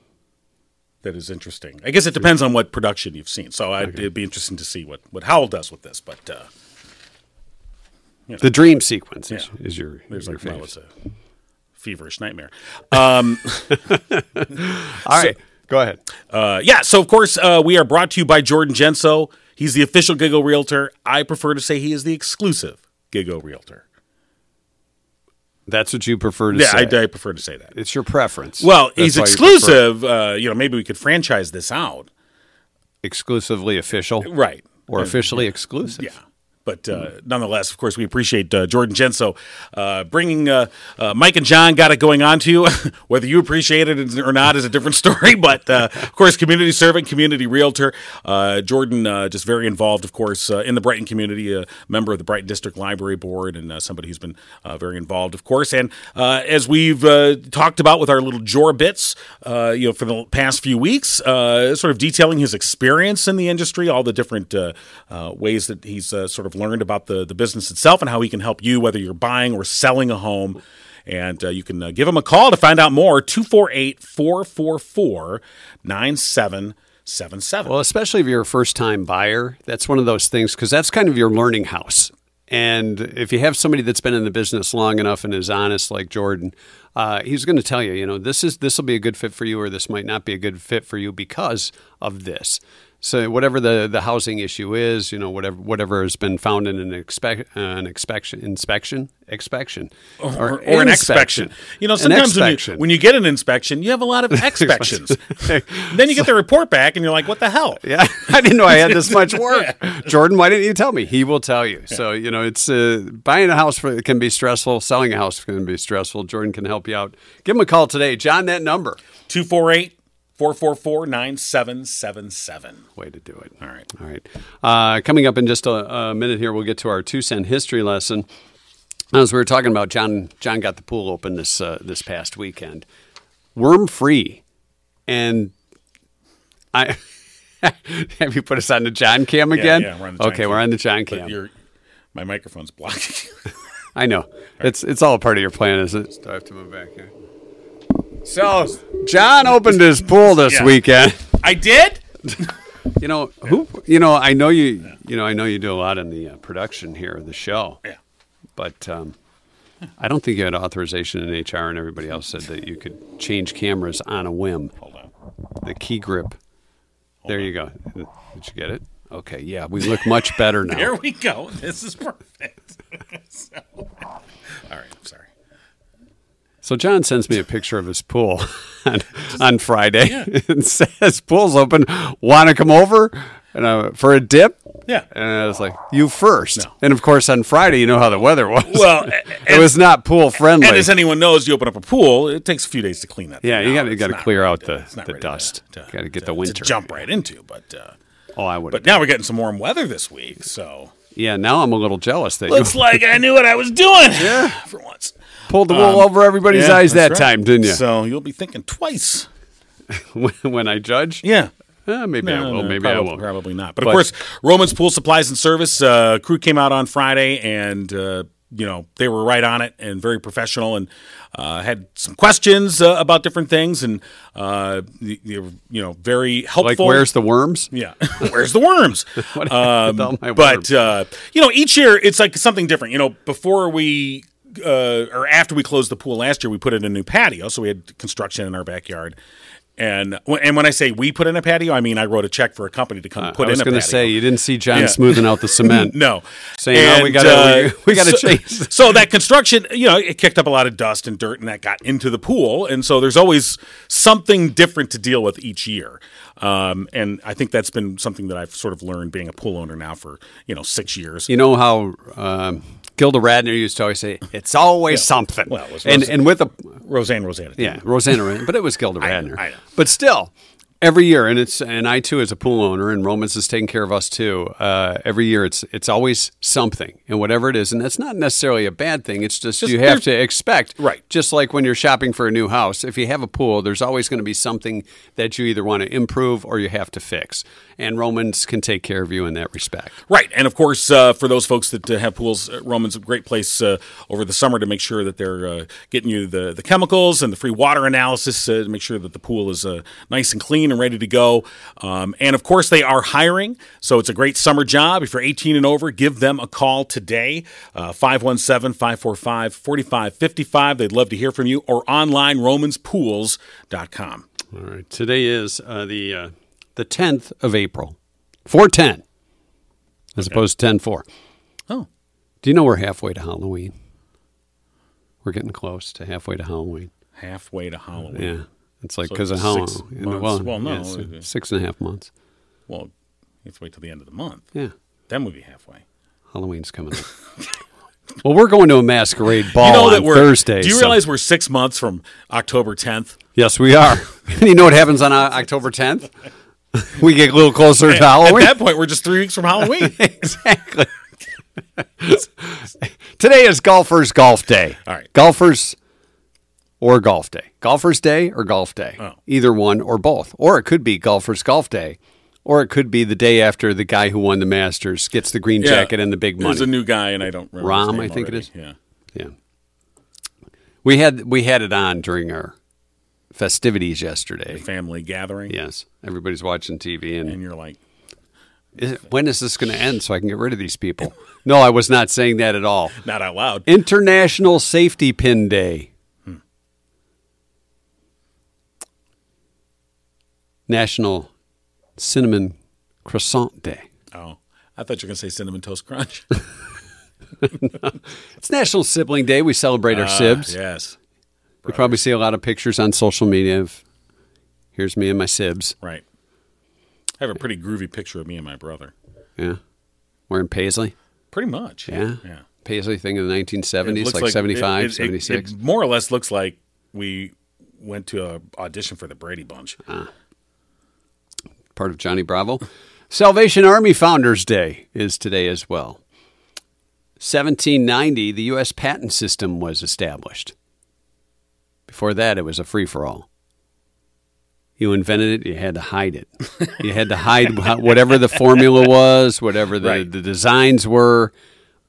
[SPEAKER 2] that is interesting. I guess it depends on what production you've seen. So I'd, it'd be interesting to see what what Howell does with this. But uh,
[SPEAKER 1] The dream sequence is, is your,
[SPEAKER 2] There's
[SPEAKER 1] is your
[SPEAKER 2] like well,
[SPEAKER 1] favorite.
[SPEAKER 2] it's a feverish nightmare.
[SPEAKER 1] All right, go ahead.
[SPEAKER 2] Uh, yeah, so of course uh, we are brought to you by Jordan Genso. He's the official Gigo Realtor. I prefer to say he is the exclusive Gigo Realtor.
[SPEAKER 1] That's what you prefer to
[SPEAKER 2] Yeah,
[SPEAKER 1] say.
[SPEAKER 2] I, I prefer to say that.
[SPEAKER 1] It's your preference.
[SPEAKER 2] Well,
[SPEAKER 1] That's
[SPEAKER 2] he's
[SPEAKER 1] why you prefer
[SPEAKER 2] exclusive. Uh, you know, maybe we could franchise this out.
[SPEAKER 1] Exclusively official
[SPEAKER 2] Right.
[SPEAKER 1] or officially exclusive.
[SPEAKER 2] Yeah. But uh, nonetheless, of course, we appreciate uh, Jordan Genso uh, bringing uh, uh, Mike and John got it going on to you. Whether you appreciate it or not is a different story. But uh, of course, community servant, community realtor, uh, Jordan uh, just very involved, of course, uh, in the Brighton community, a member of the Brighton District Library Board, and uh, somebody who's been uh, very involved, of course. And uh, as we've uh, talked about with our little Jor bits, uh, you know, for the past few weeks, uh, sort of detailing his experience in the industry, all the different uh, uh, ways that he's uh, sort of learned about the, the business itself and how he can help you, whether you're buying or selling a home. And uh, you can uh, give him a call to find out more 248 444 9777.
[SPEAKER 1] Well, especially if you're a first time buyer, that's one of those things because that's kind of your learning house. And if you have somebody that's been in the business long enough and is honest, like Jordan, uh, he's going to tell you, you know, this is this will be a good fit for you, or this might not be a good fit for you because of this. So whatever the, the housing issue is, you know, whatever whatever has been found in an expec uh, an inspection inspection inspection
[SPEAKER 2] Or, or an inspection. You know,
[SPEAKER 1] An
[SPEAKER 2] sometimes when you,
[SPEAKER 1] expection.
[SPEAKER 2] when you get an inspection, you have a lot of expectations. then you get the report back and you're like, what the hell?
[SPEAKER 1] Yeah, I didn't know I had this much work. Jordan, why didn't you tell me? He will tell you. So you know, it's uh, buying a house for, can be stressful. Selling a house can be stressful. Jordan can help you out. Give him a call today, John. That number.
[SPEAKER 2] 248 444 9777.
[SPEAKER 1] Way to do it.
[SPEAKER 2] All right.
[SPEAKER 1] All right. Uh, coming up in just a, a minute here, we'll get to our two cent history lesson. As we were talking about, John John got the pool open this uh, this past weekend, worm free, and I. Have you put us on the John Cam again?
[SPEAKER 2] yeah, we're on the John
[SPEAKER 1] okay,
[SPEAKER 2] Cam.
[SPEAKER 1] we're on the John Cam.
[SPEAKER 2] But your my microphone's blocking you.
[SPEAKER 1] I know. It's it's all part of your plan, isn't it? Do I have to move back here? So John opened his pool this
[SPEAKER 2] Yeah.
[SPEAKER 1] weekend.
[SPEAKER 2] I did?
[SPEAKER 1] You know who? You know I know you. You know I know you do a lot in the uh, production here of the show.
[SPEAKER 2] Yeah.
[SPEAKER 1] But um, I don't think you had authorization in HR, and everybody else said that you could change cameras on a whim.
[SPEAKER 2] Hold on.
[SPEAKER 1] The key grip. there you go. Did you get it? Okay. Yeah, we look much better now.
[SPEAKER 2] Here we go. This is perfect. So- all right. I'm sorry.
[SPEAKER 1] So John sends me a picture of his pool on, on Friday and says, "Pool's open. Want to come over and uh, for a dip?"
[SPEAKER 2] Yeah.
[SPEAKER 1] And I was like, "You first. And of course, on Friday, you know how the weather was.
[SPEAKER 2] Well,
[SPEAKER 1] it was not pool friendly.
[SPEAKER 2] And as anyone knows, you open up a pool, it takes a few days to clean that.
[SPEAKER 1] yeah,
[SPEAKER 2] thing
[SPEAKER 1] you
[SPEAKER 2] out.
[SPEAKER 1] got to
[SPEAKER 2] It's
[SPEAKER 1] got to
[SPEAKER 2] not
[SPEAKER 1] clear
[SPEAKER 2] ready
[SPEAKER 1] out
[SPEAKER 2] to-
[SPEAKER 1] the
[SPEAKER 2] it's not
[SPEAKER 1] the
[SPEAKER 2] ready to-
[SPEAKER 1] dust.
[SPEAKER 2] to-
[SPEAKER 1] Got to get
[SPEAKER 2] to-
[SPEAKER 1] the winter.
[SPEAKER 2] To jump right into, but uh,
[SPEAKER 1] Oh, I would.
[SPEAKER 2] but now we're getting some warm weather this week, so
[SPEAKER 1] yeah, now I'm a little jealous that
[SPEAKER 2] looks
[SPEAKER 1] you
[SPEAKER 2] like I knew what I was doing. Yeah. For once.
[SPEAKER 1] pulled the wool over everybody's
[SPEAKER 2] um, Yeah,
[SPEAKER 1] eyes that
[SPEAKER 2] that's right.
[SPEAKER 1] time, didn't you?
[SPEAKER 2] So you'll be thinking twice.
[SPEAKER 1] when, when I judge,
[SPEAKER 2] Yeah.
[SPEAKER 1] Eh, maybe I
[SPEAKER 2] No,
[SPEAKER 1] will.
[SPEAKER 2] no,
[SPEAKER 1] maybe
[SPEAKER 2] probably,
[SPEAKER 1] I won't.
[SPEAKER 2] Probably not. But,
[SPEAKER 1] But-
[SPEAKER 2] of course, Roman's Pool Supplies and Service uh, crew came out on Friday, and uh, you know they were right on it and very professional, and uh, had some questions uh, about different things, and uh, they, they were you know very
[SPEAKER 1] Like,
[SPEAKER 2] helpful.
[SPEAKER 1] where's the worms?
[SPEAKER 2] Yeah, where's the worms?
[SPEAKER 1] with all my
[SPEAKER 2] um, but uh, you know, each year it's like something different. You know, before we uh, or after we closed the pool last year, we put in a new patio, so we had construction in our backyard. And when- and when I say we put in a patio, I mean I wrote a check for a company to come
[SPEAKER 1] Uh, I
[SPEAKER 2] put in
[SPEAKER 1] was
[SPEAKER 2] a
[SPEAKER 1] going
[SPEAKER 2] patio.
[SPEAKER 1] to say you didn't see John
[SPEAKER 2] Yeah.
[SPEAKER 1] smoothing out the cement.
[SPEAKER 2] no, uh,
[SPEAKER 1] Saying, "Oh, we gotta- we- we gotta
[SPEAKER 2] so-
[SPEAKER 1] change."
[SPEAKER 2] so that construction, you know, it kicked up a lot of dust and dirt, and that got into the pool. And so there's always something different to deal with each year. Um, and I think that's been something that I've sort of learned being a pool owner now for you know six years.
[SPEAKER 1] You know how um, Gilda Radner used to always say, "It's always something."
[SPEAKER 2] Well, it was
[SPEAKER 1] and
[SPEAKER 2] Rosa-
[SPEAKER 1] and with a
[SPEAKER 2] Roseanne, Roseanne.
[SPEAKER 1] yeah, Rosanna, Radner, but it was Gilda
[SPEAKER 2] I know,
[SPEAKER 1] Radner.
[SPEAKER 2] I know.
[SPEAKER 1] But still, every year, and it's and I too as a pool owner, and Romans is taking care of us too. Uh, every year, it's it's always something, and whatever it is, and that's not necessarily a bad thing. It's just, you have to expect,
[SPEAKER 2] Right.
[SPEAKER 1] Just like when you're shopping for a new house, if you have a pool, there's always going to be something that you either want to improve or you have to fix, and Romans can take care of you in that respect.
[SPEAKER 2] Right, and of course, uh, for those folks that uh, have pools, uh, Roman's a great place uh, over the summer to make sure that they're uh, getting you the, the chemicals and the free water analysis uh, to make sure that the pool is uh, nice and clean and ready to go. Um, and of course, they are hiring, so it's a great summer job. If you're 18 and over, give them a call today, uh, 517 545 4555. They'd love to hear from you, or online, romanspools.com.
[SPEAKER 1] All right. Today is uh, the uh, the tenth of April, four ten, as opposed to ten four.
[SPEAKER 2] Oh.
[SPEAKER 1] Do you know we're halfway to Halloween? We're getting close to halfway to Halloween.
[SPEAKER 2] Halfway to Halloween.
[SPEAKER 1] Yeah, it's like
[SPEAKER 2] So
[SPEAKER 1] because of
[SPEAKER 2] six
[SPEAKER 1] Halloween.
[SPEAKER 2] months. Well, no,
[SPEAKER 1] yeah, so
[SPEAKER 2] it-
[SPEAKER 1] six and a half months.
[SPEAKER 2] Well, you have to wait till the end of the month.
[SPEAKER 1] Yeah,
[SPEAKER 2] Then we'll be halfway.
[SPEAKER 1] Halloween's coming up. well, we're going to a masquerade ball on Thursday.
[SPEAKER 2] Do you
[SPEAKER 1] so-
[SPEAKER 2] realize we're six months from October 10th?
[SPEAKER 1] Yes, we are. and you know what happens on uh, October 10th? we get a little closer to Halloween.
[SPEAKER 2] At that point, we're just three weeks from Halloween.
[SPEAKER 1] exactly. Today is golfers' golf day.
[SPEAKER 2] All right.
[SPEAKER 1] golfers or golf day. Golfers' day or golf day.
[SPEAKER 2] Oh.
[SPEAKER 1] Either one or both. Or it could be golfers' golf day. Or it could be the day after the guy who won the Masters gets the green
[SPEAKER 2] Yeah.
[SPEAKER 1] jacket and the big money.
[SPEAKER 2] There's a new guy, and I don't remember. his
[SPEAKER 1] Rahm,
[SPEAKER 2] name
[SPEAKER 1] I think it
[SPEAKER 2] already.
[SPEAKER 1] is.
[SPEAKER 2] Yeah.
[SPEAKER 1] Yeah. We had we had it on during our festivities yesterday.
[SPEAKER 2] Family gathering.
[SPEAKER 1] Yes. Everybody's watching TV
[SPEAKER 2] And
[SPEAKER 1] and
[SPEAKER 2] you're like,
[SPEAKER 1] is it- when is this going to end so I can get rid of these people? No, I was not saying that at all.
[SPEAKER 2] not out loud.
[SPEAKER 1] International Safety Pin Day. National Cinnamon Croissant Day.
[SPEAKER 2] Oh, I thought you were going to say Cinnamon Toast Crunch.
[SPEAKER 1] It's National Sibling Day. We celebrate
[SPEAKER 2] Ah,
[SPEAKER 1] our sibs.
[SPEAKER 2] yes.
[SPEAKER 1] We probably see a lot of pictures on social media of here's me and my sibs.
[SPEAKER 2] Right. I have a pretty groovy picture of me and my brother.
[SPEAKER 1] Yeah. Wearing paisley.
[SPEAKER 2] Pretty much.
[SPEAKER 1] Yeah.
[SPEAKER 2] Yeah.
[SPEAKER 1] Paisley thing of the
[SPEAKER 2] It
[SPEAKER 1] 1970s,
[SPEAKER 2] looks
[SPEAKER 1] like,
[SPEAKER 2] it-
[SPEAKER 1] 75,
[SPEAKER 2] it- it-
[SPEAKER 1] 76.
[SPEAKER 2] It, more or less looks like we went to a audition for the Brady Bunch.
[SPEAKER 1] Ah. part of Johnny Bravo. Salvation Army Founders Day is today as well. 1790, the U.S. patent system was established. Before that, it was a free for all. You invented it, you had to hide it. You had to hide wha- whatever the formula was, whatever the,
[SPEAKER 2] Right.
[SPEAKER 1] the designs were.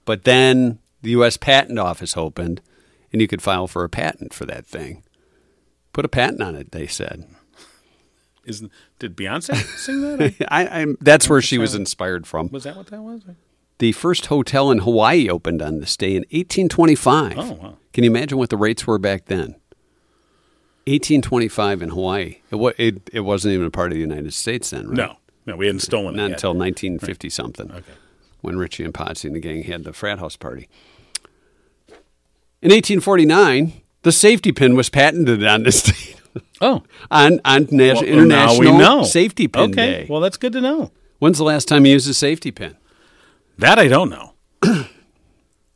[SPEAKER 1] But then the U.S. Patent Office opened, and you could file for a patent for that thing. Put a patent on it, they said.
[SPEAKER 2] Isn't did Beyonce sing that?
[SPEAKER 1] I, I'm, that's where she was inspired from.
[SPEAKER 2] Was that what that was?
[SPEAKER 1] The first hotel in Hawaii opened on this day in 1825.
[SPEAKER 2] Oh, wow.
[SPEAKER 1] Can you imagine what the rates were back then? 1825 in Hawaii. It, wa- it, it wasn't even a part of the United States then, right?
[SPEAKER 2] No, no, we hadn't stolen
[SPEAKER 1] Not
[SPEAKER 2] it.
[SPEAKER 1] until 1950 something. Okay. When Richie and Potsy and the gang had the frat house party. In 1849, the safety pin was patented on this day.
[SPEAKER 2] Oh,
[SPEAKER 1] on on national,
[SPEAKER 2] now
[SPEAKER 1] International
[SPEAKER 2] we know.
[SPEAKER 1] Safety Pin
[SPEAKER 2] Okay,
[SPEAKER 1] Day.
[SPEAKER 2] well that's good to know.
[SPEAKER 1] When's the last time you used a safety pin?
[SPEAKER 2] That I don't know.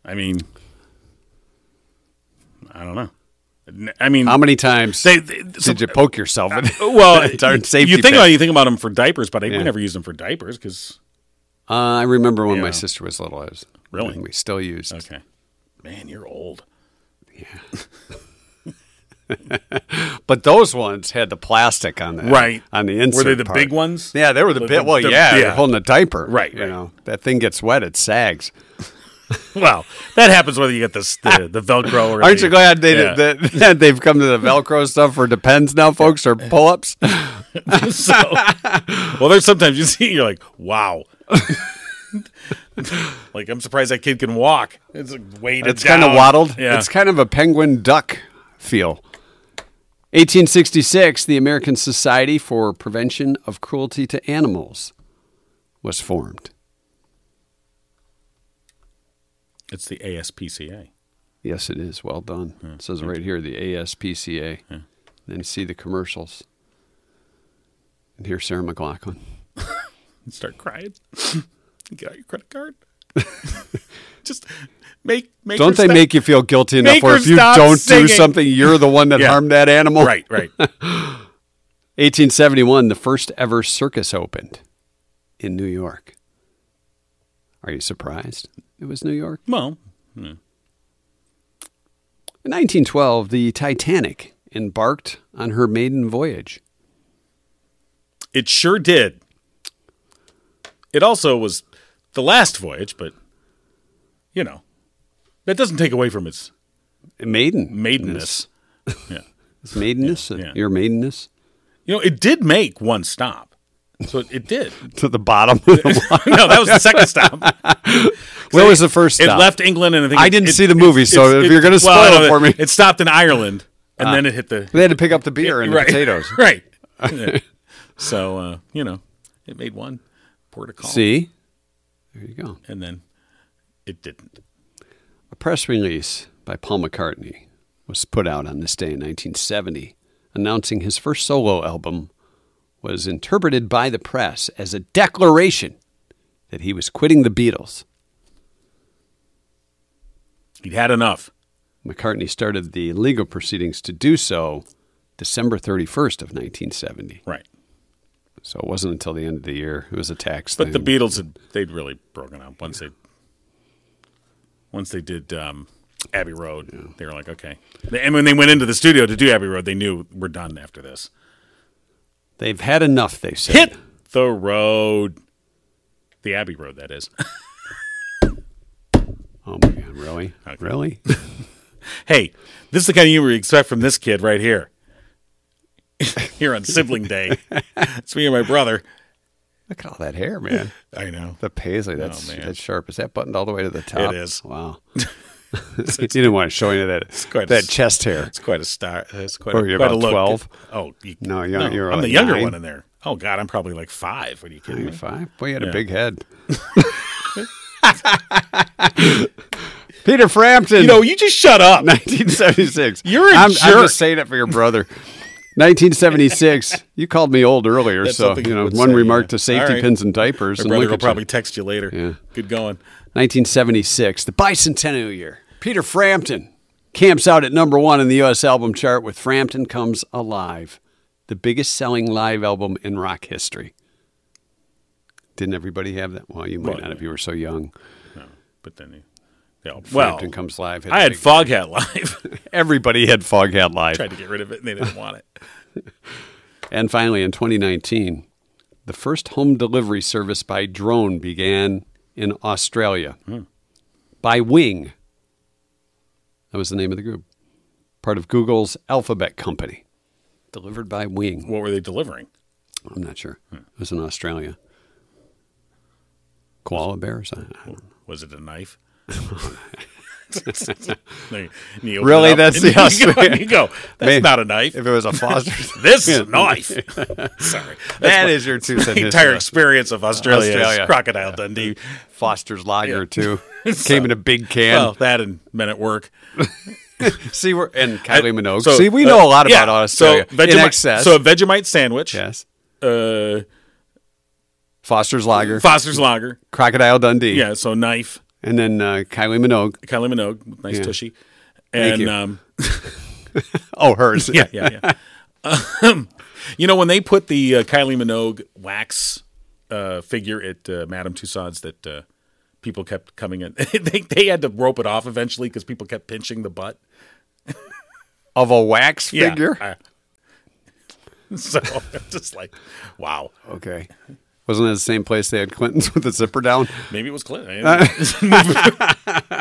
[SPEAKER 2] I mean, I don't know. N- I mean,
[SPEAKER 1] How many times
[SPEAKER 2] they, they- so-
[SPEAKER 1] did you poke yourself? in it?
[SPEAKER 2] well,
[SPEAKER 1] It's our
[SPEAKER 2] you-
[SPEAKER 1] safety
[SPEAKER 2] you
[SPEAKER 1] pin.
[SPEAKER 2] think about you think about them for diapers, but I,
[SPEAKER 1] Yeah.
[SPEAKER 2] we never used them for diapers because
[SPEAKER 1] Uh, I remember when my
[SPEAKER 2] Yeah.
[SPEAKER 1] sister was little. I was
[SPEAKER 2] Really?
[SPEAKER 1] and we still used.
[SPEAKER 2] okay, man, you're old.
[SPEAKER 1] But those ones had the plastic on the
[SPEAKER 2] Right.
[SPEAKER 1] on the
[SPEAKER 2] Were
[SPEAKER 1] insert.
[SPEAKER 2] they the
[SPEAKER 1] part.
[SPEAKER 2] big ones?
[SPEAKER 1] Yeah, they were the,
[SPEAKER 2] The-
[SPEAKER 1] big.
[SPEAKER 2] the-
[SPEAKER 1] Well,
[SPEAKER 2] the-
[SPEAKER 1] yeah,
[SPEAKER 2] yeah.
[SPEAKER 1] holding the diaper.
[SPEAKER 2] Right,
[SPEAKER 1] You
[SPEAKER 2] right.
[SPEAKER 1] know that thing gets wet, it sags.
[SPEAKER 2] Well, that happens whether you get this, the the Velcro or
[SPEAKER 1] Aren't
[SPEAKER 2] the-
[SPEAKER 1] you glad they
[SPEAKER 2] Yeah.
[SPEAKER 1] that that they've come to the Velcro stuff for depends now, folks, or pull-ups?
[SPEAKER 2] so, well, there's sometimes you see you're like, wow. like I'm surprised that kid can walk. It's like weighted.
[SPEAKER 1] It's kind of
[SPEAKER 2] down.
[SPEAKER 1] waddled.
[SPEAKER 2] Yeah.
[SPEAKER 1] It's kind of a penguin duck feel. 1866, the American Society for Prevention of Cruelty to Animals was formed.
[SPEAKER 2] it's the ASPCA.
[SPEAKER 1] Yes, it is. Well done. It says right here the ASPCA. Then see the commercials. And here's Sarah McLaughlin.
[SPEAKER 2] You start crying. get out your credit card. Just make make. her
[SPEAKER 1] Don't they
[SPEAKER 2] stop-
[SPEAKER 1] make you feel guilty enough
[SPEAKER 2] Make
[SPEAKER 1] where
[SPEAKER 2] her
[SPEAKER 1] if you
[SPEAKER 2] stop
[SPEAKER 1] don't do
[SPEAKER 2] singing.
[SPEAKER 1] something, you're the one that
[SPEAKER 2] Yeah.
[SPEAKER 1] harmed that animal?
[SPEAKER 2] right? Right.
[SPEAKER 1] 1871, the first ever circus opened in New York. Are you surprised? It was New York.
[SPEAKER 2] Well,
[SPEAKER 1] In 1912, the Titanic embarked on her maiden voyage.
[SPEAKER 2] it sure did. It also was the last voyage, but you know that doesn't take away from its
[SPEAKER 1] Maiden.
[SPEAKER 2] maidenness. Yeah.
[SPEAKER 1] Maidenness?
[SPEAKER 2] yeah.
[SPEAKER 1] Your maidenness?
[SPEAKER 2] You know, it did make one stop. So it, it did.
[SPEAKER 1] To the bottom of the
[SPEAKER 2] no, that was the second stop.
[SPEAKER 1] Where was the first
[SPEAKER 2] It
[SPEAKER 1] stop?
[SPEAKER 2] left England, and I think
[SPEAKER 1] I
[SPEAKER 2] it-
[SPEAKER 1] didn't
[SPEAKER 2] it-
[SPEAKER 1] see the movie, so
[SPEAKER 2] it's-
[SPEAKER 1] if
[SPEAKER 2] it-
[SPEAKER 1] you're going to spoil
[SPEAKER 2] well, no,
[SPEAKER 1] it for me,
[SPEAKER 2] it stopped in Ireland, and then it hit the
[SPEAKER 1] they had to pick up the beer and
[SPEAKER 2] right,
[SPEAKER 1] the potatoes.
[SPEAKER 2] right. Yeah. so uh, you know, it made one port of call,
[SPEAKER 1] See? There you go.
[SPEAKER 2] and then it didn't.
[SPEAKER 1] A press release by Paul McCartney was put out on this day in 1970, announcing his first solo album was interpreted by the press as a declaration that he was quitting the Beatles.
[SPEAKER 2] He'd had enough.
[SPEAKER 1] McCartney started the legal proceedings to do so December 31st of 1970.
[SPEAKER 2] Right.
[SPEAKER 1] So it wasn't until the end of the year. It was a tax
[SPEAKER 2] But the
[SPEAKER 1] thing.
[SPEAKER 2] Beatles had they'd really broken up once they once they did um, Abbey Road. They were like, okay. And when they went into the studio to do Abbey Road, they knew we're done after this.
[SPEAKER 1] They've had enough, they said.
[SPEAKER 2] Hit the road, the Abbey Road. That is.
[SPEAKER 1] Oh, my God. Really? Really?
[SPEAKER 2] hey, this is the kind of humor you expect from this kid right here. here on Sibling Day, it's me and my brother.
[SPEAKER 1] Look at all that hair, man.
[SPEAKER 2] I know.
[SPEAKER 1] The paisley, that's,
[SPEAKER 2] Oh, man.
[SPEAKER 1] that's sharp. Is that buttoned all the way to the top?
[SPEAKER 2] is.
[SPEAKER 1] Wow. you didn't want to show any of that,
[SPEAKER 2] quite a
[SPEAKER 1] that
[SPEAKER 2] s-
[SPEAKER 1] chest hair.
[SPEAKER 2] It's quite a star. It's quite
[SPEAKER 1] What
[SPEAKER 2] a,
[SPEAKER 1] were you,
[SPEAKER 2] quite a
[SPEAKER 1] about
[SPEAKER 2] look.
[SPEAKER 1] 12?
[SPEAKER 2] Oh, you,
[SPEAKER 1] No, you're- you're
[SPEAKER 2] I'm
[SPEAKER 1] like
[SPEAKER 2] the younger
[SPEAKER 1] nine.
[SPEAKER 2] one in there. Oh God, I'm probably like five. What are you kidding me?
[SPEAKER 1] Five? Boy, you had
[SPEAKER 2] Yeah.
[SPEAKER 1] a big head. Peter Frampton.
[SPEAKER 2] You know, you just shut up.
[SPEAKER 1] 1976.
[SPEAKER 2] You're a
[SPEAKER 1] I'm, I'm
[SPEAKER 2] jerk.
[SPEAKER 1] just saying it for your brother. 1976. you called me old earlier,
[SPEAKER 2] That's
[SPEAKER 1] so
[SPEAKER 2] something
[SPEAKER 1] you
[SPEAKER 2] you
[SPEAKER 1] know
[SPEAKER 2] would
[SPEAKER 1] one
[SPEAKER 2] say,
[SPEAKER 1] remark
[SPEAKER 2] yeah.
[SPEAKER 1] to safety
[SPEAKER 2] All right.
[SPEAKER 1] pins and diapers.
[SPEAKER 2] Your
[SPEAKER 1] and
[SPEAKER 2] brother
[SPEAKER 1] look
[SPEAKER 2] will
[SPEAKER 1] at you.
[SPEAKER 2] probably text you later. Good going.
[SPEAKER 1] 1976, the bicentennial year. Peter Frampton camps out at number one in the U.S. album chart with "Frampton Comes Alive," the biggest-selling live album in rock history. Didn't everybody have that? Well, you might
[SPEAKER 2] Well,
[SPEAKER 1] not if you were so young.
[SPEAKER 2] But then, you, yeah. Well,
[SPEAKER 1] Frampton Comes Live.
[SPEAKER 2] I
[SPEAKER 1] a
[SPEAKER 2] had
[SPEAKER 1] big-
[SPEAKER 2] Foghat Live.
[SPEAKER 1] everybody had Foghat Live.
[SPEAKER 2] Tried to get rid of it, and they didn't want it.
[SPEAKER 1] And finally, in 2019, the first home delivery service by drone began in Australia
[SPEAKER 2] Hmm.
[SPEAKER 1] by Wing. That was the name of the group, part of Google's Alphabet company. Delivered by Wing.
[SPEAKER 2] What were they delivering?
[SPEAKER 1] I'm not sure.
[SPEAKER 2] Hmm.
[SPEAKER 1] It was in Australia. Koala bears? I- I don't know.
[SPEAKER 2] Was it a knife? Really,
[SPEAKER 1] Really? That's the
[SPEAKER 2] you go,
[SPEAKER 1] Australian-
[SPEAKER 2] you go. That's
[SPEAKER 1] Man,
[SPEAKER 2] not a knife.
[SPEAKER 1] If it was a foster,
[SPEAKER 2] This is a knife. Sorry. That's
[SPEAKER 1] that
[SPEAKER 2] my-
[SPEAKER 1] is your two
[SPEAKER 2] the
[SPEAKER 1] cent
[SPEAKER 2] entire
[SPEAKER 1] history.
[SPEAKER 2] experience of Australia, is
[SPEAKER 1] Australia.
[SPEAKER 2] Crocodile Dundee.
[SPEAKER 1] Foster's Lager, too. Came in a big can.
[SPEAKER 2] Well, that and Men at Work.
[SPEAKER 1] See, we're, and Kylie Minogue.
[SPEAKER 2] So,
[SPEAKER 1] See, we
[SPEAKER 2] uh,
[SPEAKER 1] know a lot
[SPEAKER 2] yeah,
[SPEAKER 1] about Australia.
[SPEAKER 2] So, Vegemite,
[SPEAKER 1] in excess.
[SPEAKER 2] so a Vegemite sandwich,
[SPEAKER 1] yes.
[SPEAKER 2] uh,
[SPEAKER 1] Foster's Lager,
[SPEAKER 2] Foster's Lager,
[SPEAKER 1] Crocodile Dundee,
[SPEAKER 2] yeah. So knife,
[SPEAKER 1] and then uh, Kylie Minogue.
[SPEAKER 2] Kylie Minogue, with nice tushy, and
[SPEAKER 1] Thank you.
[SPEAKER 2] um,
[SPEAKER 1] Oh, hers.
[SPEAKER 2] yeah, yeah, yeah. Um, you know when they put the uh, Kylie Minogue wax uh, figure at uh, Madame Tussauds that uh, people kept coming in. they they had to rope it off eventually because people kept pinching the butt.
[SPEAKER 1] Of a wax
[SPEAKER 2] Yeah,
[SPEAKER 1] figure.
[SPEAKER 2] I- so I'm just like, wow.
[SPEAKER 1] okay. Wasn't that the same place they had Clinton's with the zipper down?
[SPEAKER 2] Maybe it was Clinton. I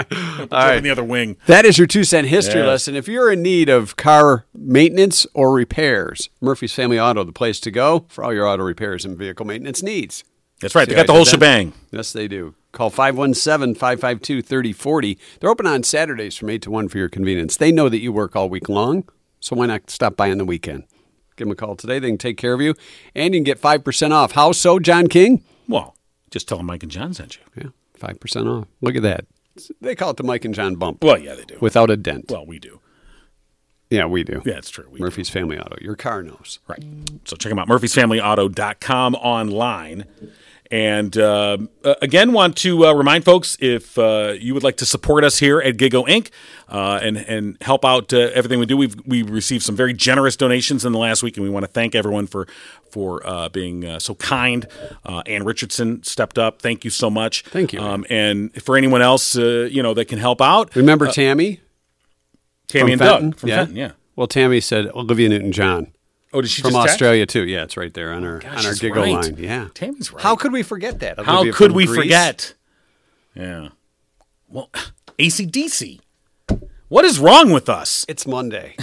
[SPEAKER 2] didn't-
[SPEAKER 1] All
[SPEAKER 2] in the other wing.
[SPEAKER 1] That is your two cent history
[SPEAKER 2] Yes.
[SPEAKER 1] lesson. If you're in need of car maintenance or repairs, Murphy's Family Auto, the place to go for all your auto repairs and vehicle maintenance needs.
[SPEAKER 2] That's right.
[SPEAKER 1] See,
[SPEAKER 2] They got
[SPEAKER 1] I
[SPEAKER 2] the
[SPEAKER 1] did
[SPEAKER 2] whole
[SPEAKER 1] that.
[SPEAKER 2] shebang.
[SPEAKER 1] Yes, they do. Call 517 552 3040. They're open on Saturdays from 8 to 1 for your convenience. They know that you work all week long, so why not stop by on the weekend? Give them a call today. They can take care of you, and you can get 5% off. How so, John King?
[SPEAKER 2] Well, just tell them Mike and John sent you.
[SPEAKER 1] Yeah, 5% off. Look at that. They call it the Mike and John bump
[SPEAKER 2] Well, yeah, they do.
[SPEAKER 1] without a dent.
[SPEAKER 2] Well, we do.
[SPEAKER 1] yeah, we do.
[SPEAKER 2] Yeah, it's true. We do.
[SPEAKER 1] Murphy's Family Auto. Your car knows.
[SPEAKER 2] Right. So check them out, murphysfamilyauto.com online. And uh, uh, again, want to uh, remind folks if uh, you would like to support us here at Gigo Inc. Uh, and and help out uh, everything we do. We've we received some very generous donations in the last week, and we want to thank everyone for for uh, being uh, so kind. Uh, Ann Richardson stepped up. Thank you so much.
[SPEAKER 1] Thank you.
[SPEAKER 2] Um, and for anyone else, uh, you know, that can help out,
[SPEAKER 1] Remember Tammy?
[SPEAKER 2] Uh, Tammy and
[SPEAKER 1] Fenton?
[SPEAKER 2] Doug from
[SPEAKER 1] yeah.
[SPEAKER 2] Fenton. Yeah.
[SPEAKER 1] Well, Tammy said Olivia Newton John.
[SPEAKER 2] Oh, did she
[SPEAKER 1] From
[SPEAKER 2] just text?
[SPEAKER 1] Australia too, yeah, it's right there on our on our
[SPEAKER 2] she's
[SPEAKER 1] giggle
[SPEAKER 2] right.
[SPEAKER 1] line. Yeah,
[SPEAKER 2] Tammy's right.
[SPEAKER 1] How could we forget that?
[SPEAKER 2] How
[SPEAKER 1] Olivia
[SPEAKER 2] could
[SPEAKER 1] from
[SPEAKER 2] we
[SPEAKER 1] Greece?
[SPEAKER 2] forget? Yeah. Well, ACDC. What is wrong with us?
[SPEAKER 1] It's Monday.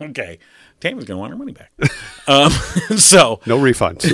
[SPEAKER 2] Okay. Tammy's going to want her money back. um, so,
[SPEAKER 1] No refunds.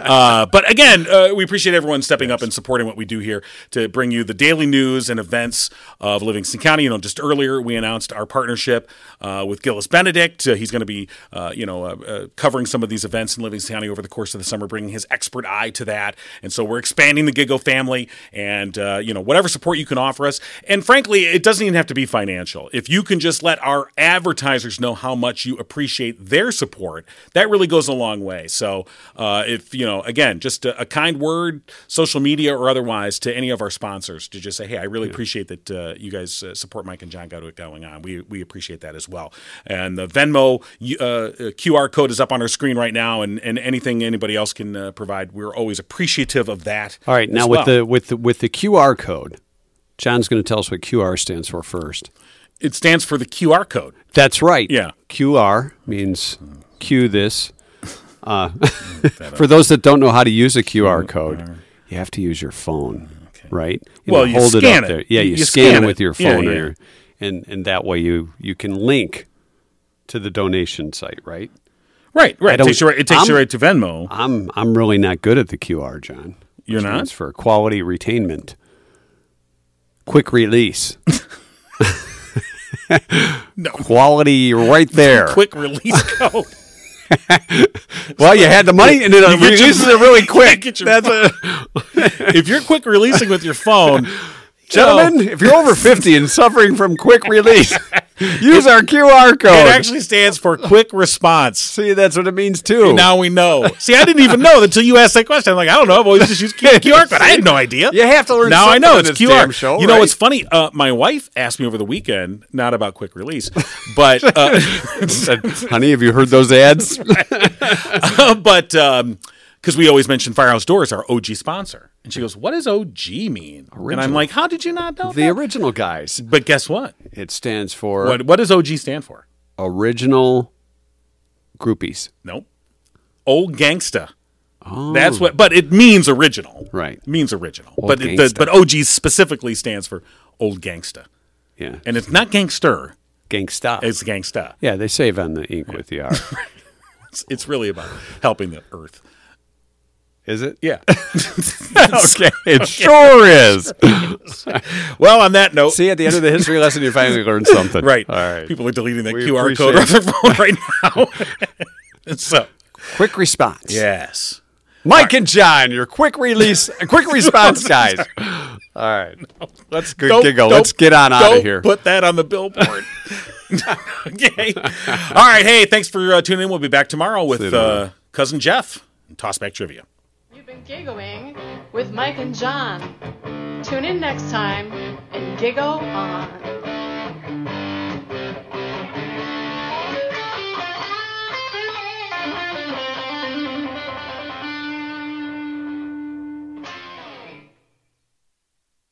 [SPEAKER 2] uh, but again, uh, we appreciate everyone stepping up and supporting what we do here to bring you the daily news and events of Livingston County. You know, just earlier we announced our partnership uh, with Gillis Benedict. Uh, he's going to be, uh, you know, uh, uh, covering some of these events in Livingston County over the course of the summer, bringing his expert eye to that. And so we're expanding the Gigo family, and uh, you know, whatever support you can offer us. And frankly, it doesn't even have to be financial. If you can just let our advertisers know how much that you appreciate their support, that really goes a long way. So, uh, if you know, again, just a, a, kind word, social media or otherwise, to any of our sponsors to just say, hey, I really yeah. appreciate that uh, you guys uh, support Mike and John Got It Going On. We, we appreciate that as well. And the Venmo uh, QR code is up on our screen right now, and, and anything anybody else can uh, provide, we're always appreciative of that.
[SPEAKER 1] All right, now well. with the with the, with the QR code, John's going to tell us what QR stands for first.
[SPEAKER 2] It stands for the QR code.
[SPEAKER 1] That's right.
[SPEAKER 2] Yeah.
[SPEAKER 1] QR means cue this. Uh, for those that don't know how to use a QR code, you have to use your phone, okay. right?
[SPEAKER 2] You well, know, you hold scan it up
[SPEAKER 1] it. there. Yeah, you, you scan, scan, it with your phone, yeah, yeah. Your, and and that way you you can link to the donation site, right?
[SPEAKER 2] Right, right. It takes, you right, it takes I'm, you right to Venmo.
[SPEAKER 1] I'm I'm really not good at the QR, John.
[SPEAKER 2] You're not
[SPEAKER 1] for quality retainment, quick release. no. Quality right there.
[SPEAKER 2] Quick release code.
[SPEAKER 1] well, you had the money and it you releases your, it really quick. You That's a,
[SPEAKER 2] if you're quick releasing with your phone,
[SPEAKER 1] gentlemen, if you're over 50 and suffering from quick release, Use our QR code. It
[SPEAKER 2] actually stands for quick response.
[SPEAKER 1] See, that's what it means too.
[SPEAKER 2] And now we know. See, I didn't even know until you asked that question. I'm like, I don't know. I've always just used QR code. I had no idea.
[SPEAKER 1] You have to learn.
[SPEAKER 2] Now I know it's
[SPEAKER 1] QR. Damn
[SPEAKER 2] show, you know, right? it's funny. Uh, my wife asked me over the weekend, not about quick release, but uh,
[SPEAKER 1] honey, have you heard those ads?
[SPEAKER 2] Uh, but because um, we always mention Firehouse Doors, our OG sponsor. And she goes, "What does OG mean?" Original. And I'm like, "How did you not know?"
[SPEAKER 1] The
[SPEAKER 2] that?
[SPEAKER 1] original guys.
[SPEAKER 2] But guess what?
[SPEAKER 1] It stands for
[SPEAKER 2] what, what? does OG stand for?
[SPEAKER 1] Original groupies.
[SPEAKER 2] Nope. Old gangsta. Oh. That's what. But it means original.
[SPEAKER 1] Right.
[SPEAKER 2] It means original. Old but it, the, but OG specifically stands for old gangsta.
[SPEAKER 1] Yeah.
[SPEAKER 2] And it's not gangster.
[SPEAKER 1] Gangsta.
[SPEAKER 2] It's gangsta.
[SPEAKER 1] Yeah, they save on the ink yeah. with the R.
[SPEAKER 2] it's, it's really about helping the earth.
[SPEAKER 1] Is it?
[SPEAKER 2] Yeah.
[SPEAKER 1] okay. It okay. sure is.
[SPEAKER 2] well, on that note.
[SPEAKER 1] See, at the end of the history lesson, you finally learned something.
[SPEAKER 2] right.
[SPEAKER 1] All right.
[SPEAKER 2] People are deleting that we QR code off their phone right now. so,
[SPEAKER 1] quick response.
[SPEAKER 2] Yes.
[SPEAKER 1] Mike right. and John, your quick release, quick response guys. All right. No. Let's go don't, giggle. Don't, Let's get on out of here.
[SPEAKER 2] Put that on the billboard. okay. All right. Hey, thanks for uh, tuning in. We'll be back tomorrow with uh, Cousin Jeff and Tossback Trivia
[SPEAKER 6] been giggling with Mike and John. Tune in next time and giggle on.